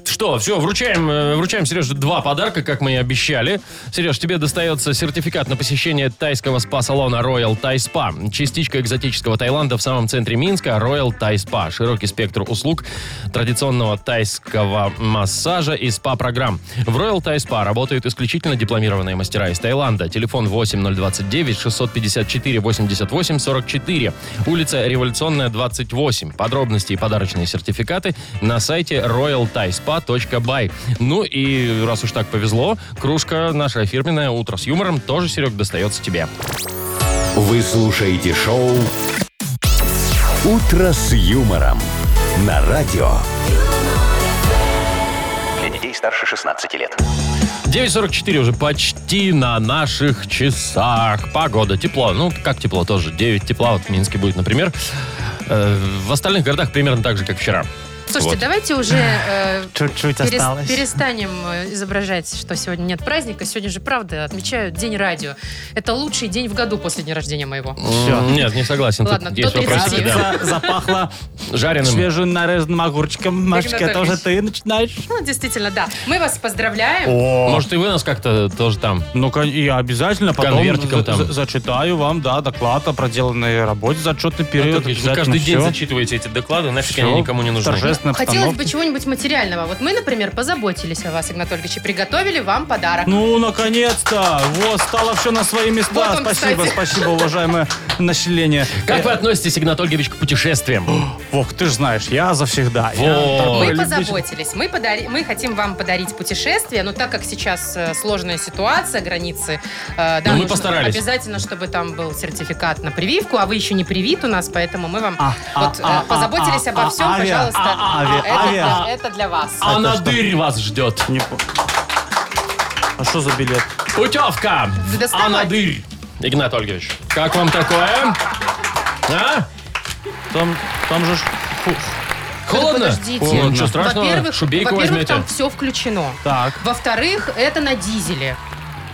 Speaker 2: Что, все, вручаем, э, вручаем Сереже два подарка, как мы и обещали. Сереж, тебе достается сертификат на посещение тайского спа-салона Royal Thai Spa. Частичка экзотического Таиланда в самом центре Минска Royal Thai Spa. Широкий спектр услуг традиционного тайского массажа и спа-программ. В Royal Thai Spa работают исключительно дипломированные мастера из Таиланда. Телефон 8029 654 88 44. Улица Революционная 28. Подробности и подарочные сертификаты на сайте royalthaispa.by. Ну и раз уж так повезло, кружка наша фирменная «Утро с юмором» тоже, Серег, достается тебе.
Speaker 1: Вы слушаете шоу «Утро с юмором» на радио.
Speaker 6: Для детей старше 16 лет.
Speaker 2: 9.44 уже почти на наших часах. Погода, тепло. Ну, как тепло тоже. 9 тепла вот в Минске будет, например. Э, В остальных городах примерно так же, как вчера.
Speaker 4: слушайте,
Speaker 2: Вот.
Speaker 4: давайте уже э,
Speaker 3: Чуть-чуть
Speaker 4: перес-
Speaker 3: осталось.
Speaker 4: перестанем э, изображать, что сегодня нет праздника. Сегодня же, правда, отмечают День радио. Это лучший день в году после дня рождения моего.
Speaker 3: Всё.
Speaker 2: М, Нет, не согласен. Тут
Speaker 4: Ладно,
Speaker 2: есть
Speaker 4: до
Speaker 2: вопросики,
Speaker 4: 30.
Speaker 2: да.
Speaker 3: Кажется, запахло
Speaker 2: Жареным.
Speaker 3: свежим нарезанным огурчиком. Машечка,
Speaker 4: Игнат
Speaker 3: тоже
Speaker 4: Ольгович.
Speaker 3: ты начинаешь?
Speaker 4: Ну, действительно, да. Мы вас поздравляем.
Speaker 3: О,
Speaker 2: Может, и вы нас как-то тоже там.
Speaker 3: ну кон- я обязательно потом
Speaker 2: конвертиком
Speaker 3: за-
Speaker 2: там.
Speaker 3: за- зачитаю вам, да, доклад о проделанной работе за отчетный период.
Speaker 2: Вы
Speaker 3: Обязательно
Speaker 2: ну, каждый день
Speaker 3: всё.
Speaker 2: зачитываете эти доклады, нафиг
Speaker 3: Всё.
Speaker 2: они никому не нужны.
Speaker 3: Торжественно. торжественная
Speaker 4: Хотелось бы
Speaker 3: обстановка.
Speaker 4: чего-нибудь материального. Вот мы, например, позаботились о вас, Игнат Ольгович, и приготовили вам подарок.
Speaker 3: Ну, наконец-то! Вот, стало все на свои места.
Speaker 4: Вот он,
Speaker 3: спасибо,
Speaker 4: кстати.
Speaker 3: спасибо, уважаемое население.
Speaker 2: Как
Speaker 3: Э,
Speaker 2: вы относитесь, Игнат Ольгович, к путешествиям?
Speaker 3: Вов, ты же знаешь, я завсегда. А Я
Speaker 2: Вот.
Speaker 3: такой
Speaker 4: Мы
Speaker 3: любитель.
Speaker 4: позаботились, мы, подари- мы хотим вам подарить путешествие, но так как сейчас э, сложная ситуация, границы, э, да,
Speaker 2: Ну, мы
Speaker 4: нужно
Speaker 2: постарались.
Speaker 4: обязательно, чтобы там был сертификат на прививку, а вы еще не привит у нас, поэтому мы вам
Speaker 3: А, а,
Speaker 4: вот, э,
Speaker 3: а, а,
Speaker 4: позаботились
Speaker 3: а,
Speaker 4: обо
Speaker 3: а,
Speaker 4: всем,
Speaker 3: авиа,
Speaker 4: пожалуйста,
Speaker 3: а, авиа,
Speaker 4: это,
Speaker 3: авиа.
Speaker 4: для- это для вас.
Speaker 2: А
Speaker 3: Это
Speaker 2: на
Speaker 3: что?
Speaker 2: дырь вас ждет.
Speaker 3: Не по- А что за билет?
Speaker 2: Путевка!
Speaker 4: Да доставай.
Speaker 2: А на дырь. Игнат Ольгович, как вам такое? А?
Speaker 3: Там, там же ж- фу.
Speaker 2: Холодно?
Speaker 4: Подождите.
Speaker 2: О, ничего страшного.
Speaker 4: Во-первых,
Speaker 2: Шубейку
Speaker 4: во-первых,
Speaker 2: возьмете.
Speaker 4: там все включено.
Speaker 3: Так.
Speaker 4: Во-вторых, это на дизеле.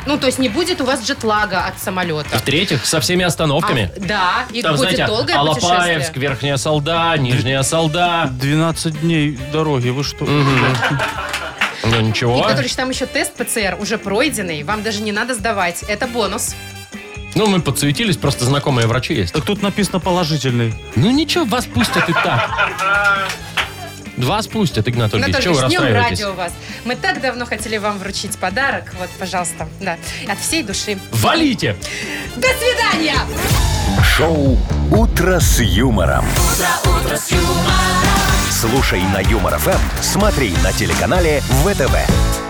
Speaker 4: Ну, то есть не будет у вас джетлага от самолета.
Speaker 2: В-третьих, со всеми остановками.
Speaker 4: А, да, и
Speaker 2: Там,
Speaker 4: будет
Speaker 2: знаете,
Speaker 4: долгое путешествие.
Speaker 2: Алапаевск, Верхняя Солда, Нижняя Солда.
Speaker 3: 12 дней дороги, вы что?
Speaker 2: Ну ничего.
Speaker 4: Игорь Ильич, там еще тест ПЦР уже пройденный, вам даже не надо сдавать. Это бонус.
Speaker 2: Ну, мы подсуетились, просто знакомые врачи есть.
Speaker 3: Так тут написано положительный.
Speaker 2: Ну ничего, вас пустят и так. Вас пустят, Игнат Ольгович, чего вы
Speaker 4: Анатолий, с днем
Speaker 2: расстраиваетесь?
Speaker 4: радио вас. Мы так давно хотели вам вручить подарок. Вот, пожалуйста, да, от всей души.
Speaker 2: Валите!
Speaker 4: До свидания!
Speaker 1: Шоу «Утро с юмором». Слушай на Юмор ФМ, смотри на телеканале ВТВ.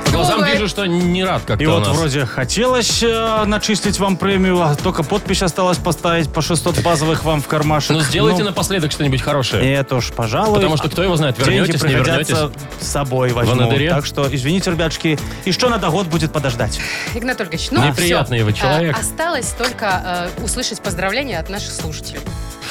Speaker 2: По глазам
Speaker 4: Бывает.
Speaker 2: вижу, что не рад как-то
Speaker 3: И
Speaker 2: у
Speaker 3: вот
Speaker 2: нас.
Speaker 3: вроде хотелось э, начислить вам премию, а только подпись осталось поставить по 600 базовых вам в кармашек.
Speaker 2: Ну, сделайте
Speaker 3: Ну,
Speaker 2: напоследок что-нибудь хорошее.
Speaker 3: Нет уж, пожалуй.
Speaker 2: Потому что кто его знает, вернетесь,
Speaker 3: Деньги
Speaker 2: не вернетесь.
Speaker 3: пригодятся с собой возьму.
Speaker 2: Ванадыре?
Speaker 3: Так что, извините, ребятушки, и что надо год будет подождать.
Speaker 4: Игнат Ольгович, ну
Speaker 2: Неприятный
Speaker 4: всё.
Speaker 2: вы человек.
Speaker 4: Э, осталось только э, услышать поздравления от наших слушателей.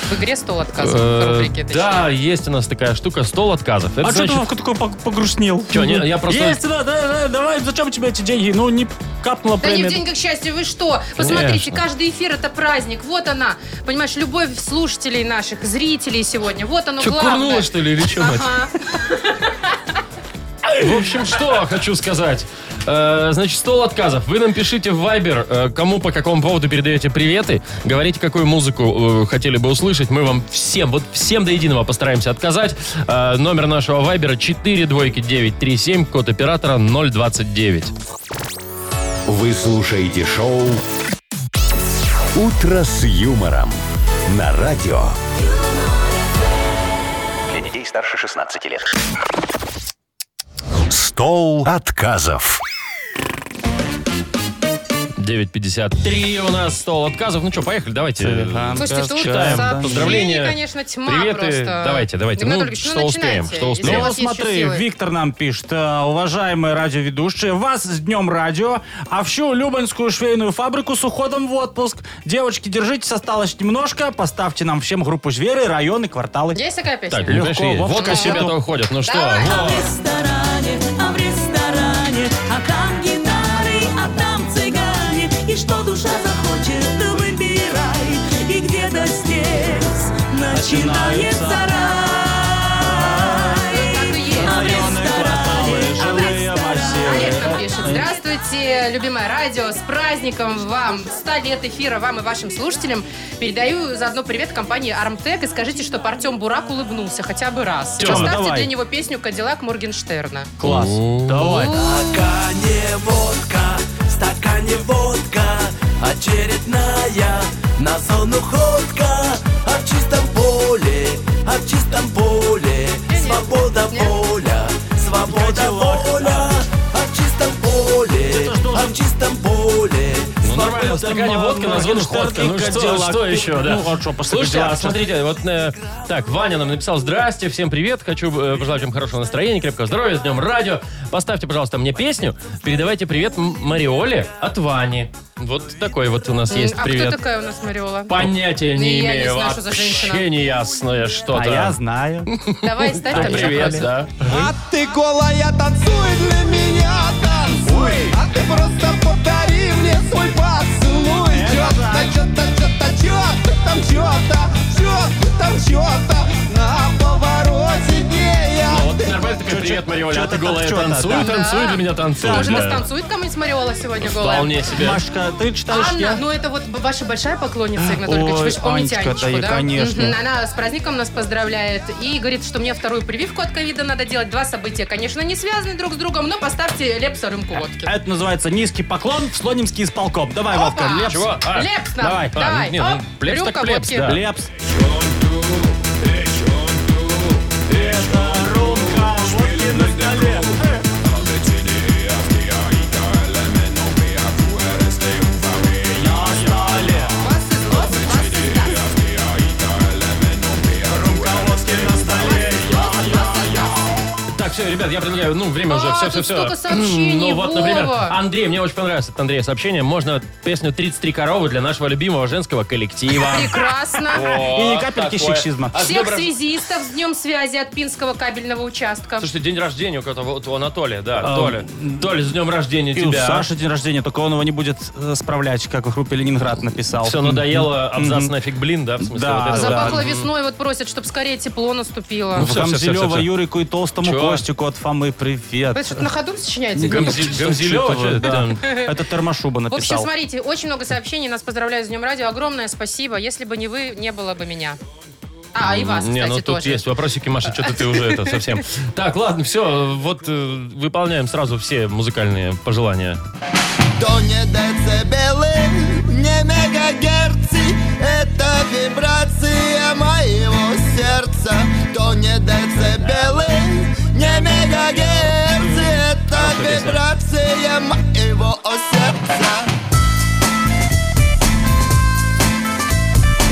Speaker 4: В игре «Стол отказов» в
Speaker 2: Э,
Speaker 4: рубрике, точнее.
Speaker 2: Да, есть у нас такая штука, стол отказов. Это
Speaker 3: а что ты,
Speaker 2: значит-
Speaker 3: Вовка, такой пог- погрустнел?
Speaker 2: Чё, не, я просто-
Speaker 3: Есть, да, да, да, давай, зачем тебе эти деньги? Ну, не капнула
Speaker 4: Да не
Speaker 3: премия.
Speaker 4: в деньгах счастья, вы что? Посмотрите,
Speaker 2: Конечно.
Speaker 4: каждый эфир это праздник. Вот она, понимаешь, любовь слушателей наших, зрителей сегодня. Вот оно
Speaker 2: Чё,
Speaker 4: главное.
Speaker 2: курнула, что ли, или что, мать?
Speaker 4: Ага.
Speaker 2: В общем, что хочу сказать. Э, Значит, стол отказов. Вы нам пишите в Viber, э, кому по какому поводу передаете приветы. Говорите, какую музыку э, хотели бы услышать. Мы вам всем, вот всем до единого постараемся отказать. Э, Номер нашего Viber 42937, код оператора 029.
Speaker 1: Вы слушаете шоу «Утро с юмором» на радио.
Speaker 6: Для детей старше 16 лет.
Speaker 1: Стол отказов.
Speaker 2: 9.53 у нас стол отказов. Ну что, поехали, давайте.
Speaker 3: Ага.
Speaker 4: Слушайте, тут
Speaker 2: Читаем, да.
Speaker 4: сообщений,
Speaker 2: Поздравления,
Speaker 4: конечно, тьма
Speaker 2: приветы.
Speaker 4: просто.
Speaker 2: Давайте, давайте.
Speaker 4: Игнат
Speaker 2: Ну,
Speaker 4: Ольгович,
Speaker 2: что успеем,
Speaker 4: начинайте,
Speaker 2: что
Speaker 4: если
Speaker 2: успеем.
Speaker 4: у
Speaker 3: Ну,
Speaker 4: вас есть
Speaker 3: смотри,
Speaker 4: еще силы.
Speaker 3: Виктор нам пишет. э, Уважаемые радиоведущие, вас с Днем Радио, а всю Любанскую швейную фабрику с уходом в отпуск. Девочки, держитесь, осталось немножко. Поставьте нам всем группу «Зверы», районы, кварталы.
Speaker 4: Есть такая песня?
Speaker 2: Так, Легко,
Speaker 3: Легко,
Speaker 2: конечно,
Speaker 3: Вовчик,
Speaker 2: водка с
Speaker 3: кассету.
Speaker 2: ребята уходят. Ну что,
Speaker 4: Давай.
Speaker 2: вот.
Speaker 8: А ресторане, а в ресторане, а там гитары, а там цыгане. И что душа захочет, выбирай. И где-то здесь начинается рай.
Speaker 4: Так и есть.
Speaker 8: А в
Speaker 3: кварталы,
Speaker 8: ресторане, а в
Speaker 3: жилые массивы.
Speaker 4: Олег нам пишет. Здравствуйте, любимое радио. С праздником вам. 100 лет эфира вам и вашим слушателям. Передаю заодно привет компании Армтек и скажите, что Артем Бурак улыбнулся хотя бы раз.
Speaker 3: Тёма,
Speaker 4: Поставьте
Speaker 3: давай.
Speaker 4: для него песню «Кадиллак Моргенштерна».
Speaker 3: Класс. Давай.
Speaker 10: стакане водка, в стакане водка, а очередная на зону ходка, а в чистом поле, а в чистом поле, свобода воля, свобода воля, а в чистом поле, а в чистом поле.
Speaker 2: Ну, нормально, в
Speaker 3: Свобода
Speaker 2: стакане водка, на зону
Speaker 3: Моргенштерн
Speaker 2: ходка. Ну
Speaker 3: и
Speaker 2: что,
Speaker 3: Кадиллак.
Speaker 2: что еще, да?
Speaker 3: Ну, а что, после
Speaker 2: Слушайте, а
Speaker 3: Кадиллака?
Speaker 2: смотрите, вот э, так, Ваня нам написал, здрасте, всем привет, хочу э, пожелать вам хорошего настроения, крепкого здоровья, с днем радио. Поставьте, пожалуйста, мне песню, передавайте привет М- Мариоле от Вани. Вот такой вот у нас есть
Speaker 4: М, а кто
Speaker 2: привет.
Speaker 4: такая у нас Мариола?
Speaker 2: Понятия
Speaker 4: Не, я
Speaker 2: не
Speaker 4: не
Speaker 2: имею,
Speaker 4: знаю, что за женщина.
Speaker 2: вообще неясное что-то.
Speaker 3: А я знаю.
Speaker 4: Давай, ставь там
Speaker 2: Привет,
Speaker 4: Мариоле.
Speaker 2: да.
Speaker 10: А ты голая, танцуй для меня, танцуй А ты просто подари мне свой поцелуй Чё-то, чё-то, чё-то, чё-то там чё-то Чё-то там чё-то На повороте гея
Speaker 2: Вот нормально такой привет, Мариоля, а
Speaker 3: чё-то
Speaker 2: ты
Speaker 3: так,
Speaker 2: голая
Speaker 3: чё-то,
Speaker 2: танцуй,
Speaker 3: да.
Speaker 2: танцуй, для меня танцуй.
Speaker 4: Может,
Speaker 2: да.
Speaker 4: станцует кому-нибудь Мариола сегодня голая?
Speaker 2: Вполне себе.
Speaker 3: Машка, ты читаешь?
Speaker 4: Анна,
Speaker 3: я?
Speaker 4: ну это вот ваша большая поклонница, Игнат Ольгович, вы же
Speaker 3: Ой,
Speaker 4: помните
Speaker 3: Анечка,
Speaker 4: Анечку,
Speaker 3: да,
Speaker 4: да?
Speaker 3: конечно.
Speaker 4: Мгм, Она с праздником нас поздравляет и говорит, что мне вторую прививку от ковида надо делать. Два события, конечно, не связаны друг с другом, но поставьте Лепса рюмку водки.
Speaker 3: Это называется низкий поклон в Слонимский исполком. Давай,
Speaker 4: Опа!
Speaker 3: Вовка, лепс.
Speaker 2: Чего? А,
Speaker 4: Лепс нам,
Speaker 3: давай.
Speaker 4: давай,
Speaker 3: А,
Speaker 2: не, ну,
Speaker 4: Оп,
Speaker 2: плепс так
Speaker 4: рюмка
Speaker 2: плепс,
Speaker 4: водки.
Speaker 2: да.
Speaker 3: Лепс.
Speaker 4: Вас из лос, вас из да.
Speaker 2: Так, все, ребят, я предлагаю, ну, время
Speaker 4: А,
Speaker 2: уже, все,
Speaker 4: тут
Speaker 2: все, все.
Speaker 4: столько сообщений,
Speaker 2: Ну, вот, например,
Speaker 4: Вова.
Speaker 2: Андрей, мне очень понравилось от Андрея сообщение. Можно песню «33 коровы» для нашего любимого женского коллектива.
Speaker 4: Прекрасно.
Speaker 2: Вот
Speaker 3: И ни капельки
Speaker 2: такое.
Speaker 3: сексизма.
Speaker 2: А с
Speaker 4: Всех
Speaker 2: добрым-
Speaker 4: связистов с днем связи от Пинского кабельного участка.
Speaker 2: Слушайте, день рождения у кого-то, вот у Анатолия, да,
Speaker 3: А,
Speaker 2: Толя. Толя, с днем рождения
Speaker 3: И у
Speaker 2: тебя. а?
Speaker 3: Саши день рождения, только он его не будет э, справлять, как в группе «Ленинград» написал.
Speaker 2: Все надоело, абзац нафиг блин, да, в смысле
Speaker 3: Да,
Speaker 2: вот это
Speaker 3: да.
Speaker 2: вот.
Speaker 4: Запахло весной, вот просят, чтобы скорее тепло наступило.
Speaker 2: Ну, всё, всё, всё,
Speaker 3: Гамзелева,
Speaker 2: всё.
Speaker 3: Юрику и толстому
Speaker 2: Чё?
Speaker 3: Костику от Фомы
Speaker 4: Вы
Speaker 3: привет.
Speaker 4: что-то на ходу сочиняете?
Speaker 2: Гамзи- Гамзелёва,
Speaker 3: Что-то
Speaker 2: что-то
Speaker 3: вы, да.
Speaker 2: там.
Speaker 3: Это Тормошуба
Speaker 4: В общем,
Speaker 3: написал.
Speaker 4: смотрите, очень много сообщений. Нас поздравляют с Днем Радио. Огромное спасибо. Если бы не вы, не было бы меня. А, и вас,
Speaker 2: Не,
Speaker 4: кстати,
Speaker 2: ну тут
Speaker 4: тоже.
Speaker 2: есть вопросики, Маша, что-то ты уже это совсем. Так, ладно, все, вот э, выполняем сразу все музыкальные пожелания.
Speaker 10: То не децибелы, не мегагерцы Это вибрация моего сердца То не децибелы, не мегагерцы Это
Speaker 2: Хорошая песня.
Speaker 10: вибрация моего сердца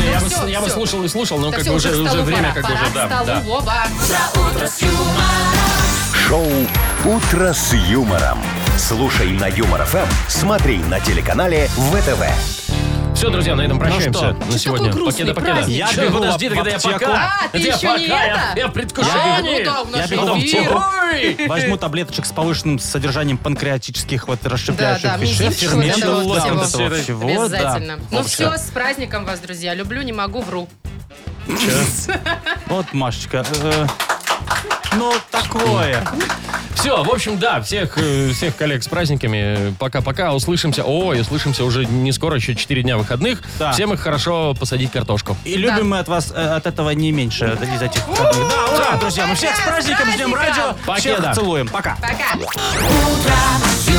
Speaker 2: Я
Speaker 4: Ну
Speaker 2: бы,
Speaker 4: всё,
Speaker 2: я бы
Speaker 4: всё.
Speaker 2: слушал и слушал, но
Speaker 4: Так
Speaker 2: как
Speaker 4: всё,
Speaker 2: бы уже,
Speaker 4: к
Speaker 2: уже
Speaker 4: столу
Speaker 2: время
Speaker 4: пора.
Speaker 2: как бы
Speaker 4: Пора
Speaker 2: уже,
Speaker 4: к
Speaker 2: да,
Speaker 4: столу,
Speaker 2: да.
Speaker 4: Вова.
Speaker 1: Шоу «Утро с юмором». Слушай на Юмор ФМ, смотри на телеканале ВТВ.
Speaker 2: Все, друзья, на этом прощаемся
Speaker 3: Ну что?
Speaker 2: на
Speaker 4: Чё
Speaker 2: сегодня.
Speaker 4: такой грустный
Speaker 2: Покеда, покеда.
Speaker 4: праздник?
Speaker 2: Я
Speaker 3: Чё,
Speaker 2: бегу подожди,
Speaker 3: в
Speaker 2: тогда я
Speaker 3: аптеку?
Speaker 2: пока.
Speaker 4: А, ты
Speaker 2: я
Speaker 4: ещё не
Speaker 2: пока, я-
Speaker 4: это?
Speaker 2: Я в
Speaker 4: А,
Speaker 2: предвкушении.
Speaker 4: ну да, в
Speaker 2: Я
Speaker 4: нашем
Speaker 2: бегу в
Speaker 4: эфире.
Speaker 2: аптеку.
Speaker 3: Возьму таблеточек с повышенным содержанием панкреатических вот расщепляющих
Speaker 4: Да, да,
Speaker 3: веществ,
Speaker 4: мизинчик вот этого
Speaker 3: ферментов,
Speaker 4: вот
Speaker 3: да,
Speaker 4: всего.
Speaker 3: вот этого
Speaker 2: Обязательно.
Speaker 3: всего, да.
Speaker 4: Обязательно. Ну
Speaker 3: Вовочка,
Speaker 4: все, с праздником вас, друзья. Люблю, не могу, вру.
Speaker 3: Вот, Машечка, э, ну такое.
Speaker 2: Все, в общем, да, всех, э, всех коллег с праздниками. Пока-пока, услышимся. О, и услышимся уже не скоро, еще 4 дня выходных.
Speaker 3: Да.
Speaker 2: Всем их хорошо посадить картошку.
Speaker 3: И любим мы от вас э, от этого не меньше от- из этих выходных. Да, ура, друзья, мы всех с праздником, ждем радио,
Speaker 2: Покеда.
Speaker 3: всех целуем, пока.
Speaker 4: Пока.
Speaker 8: утро с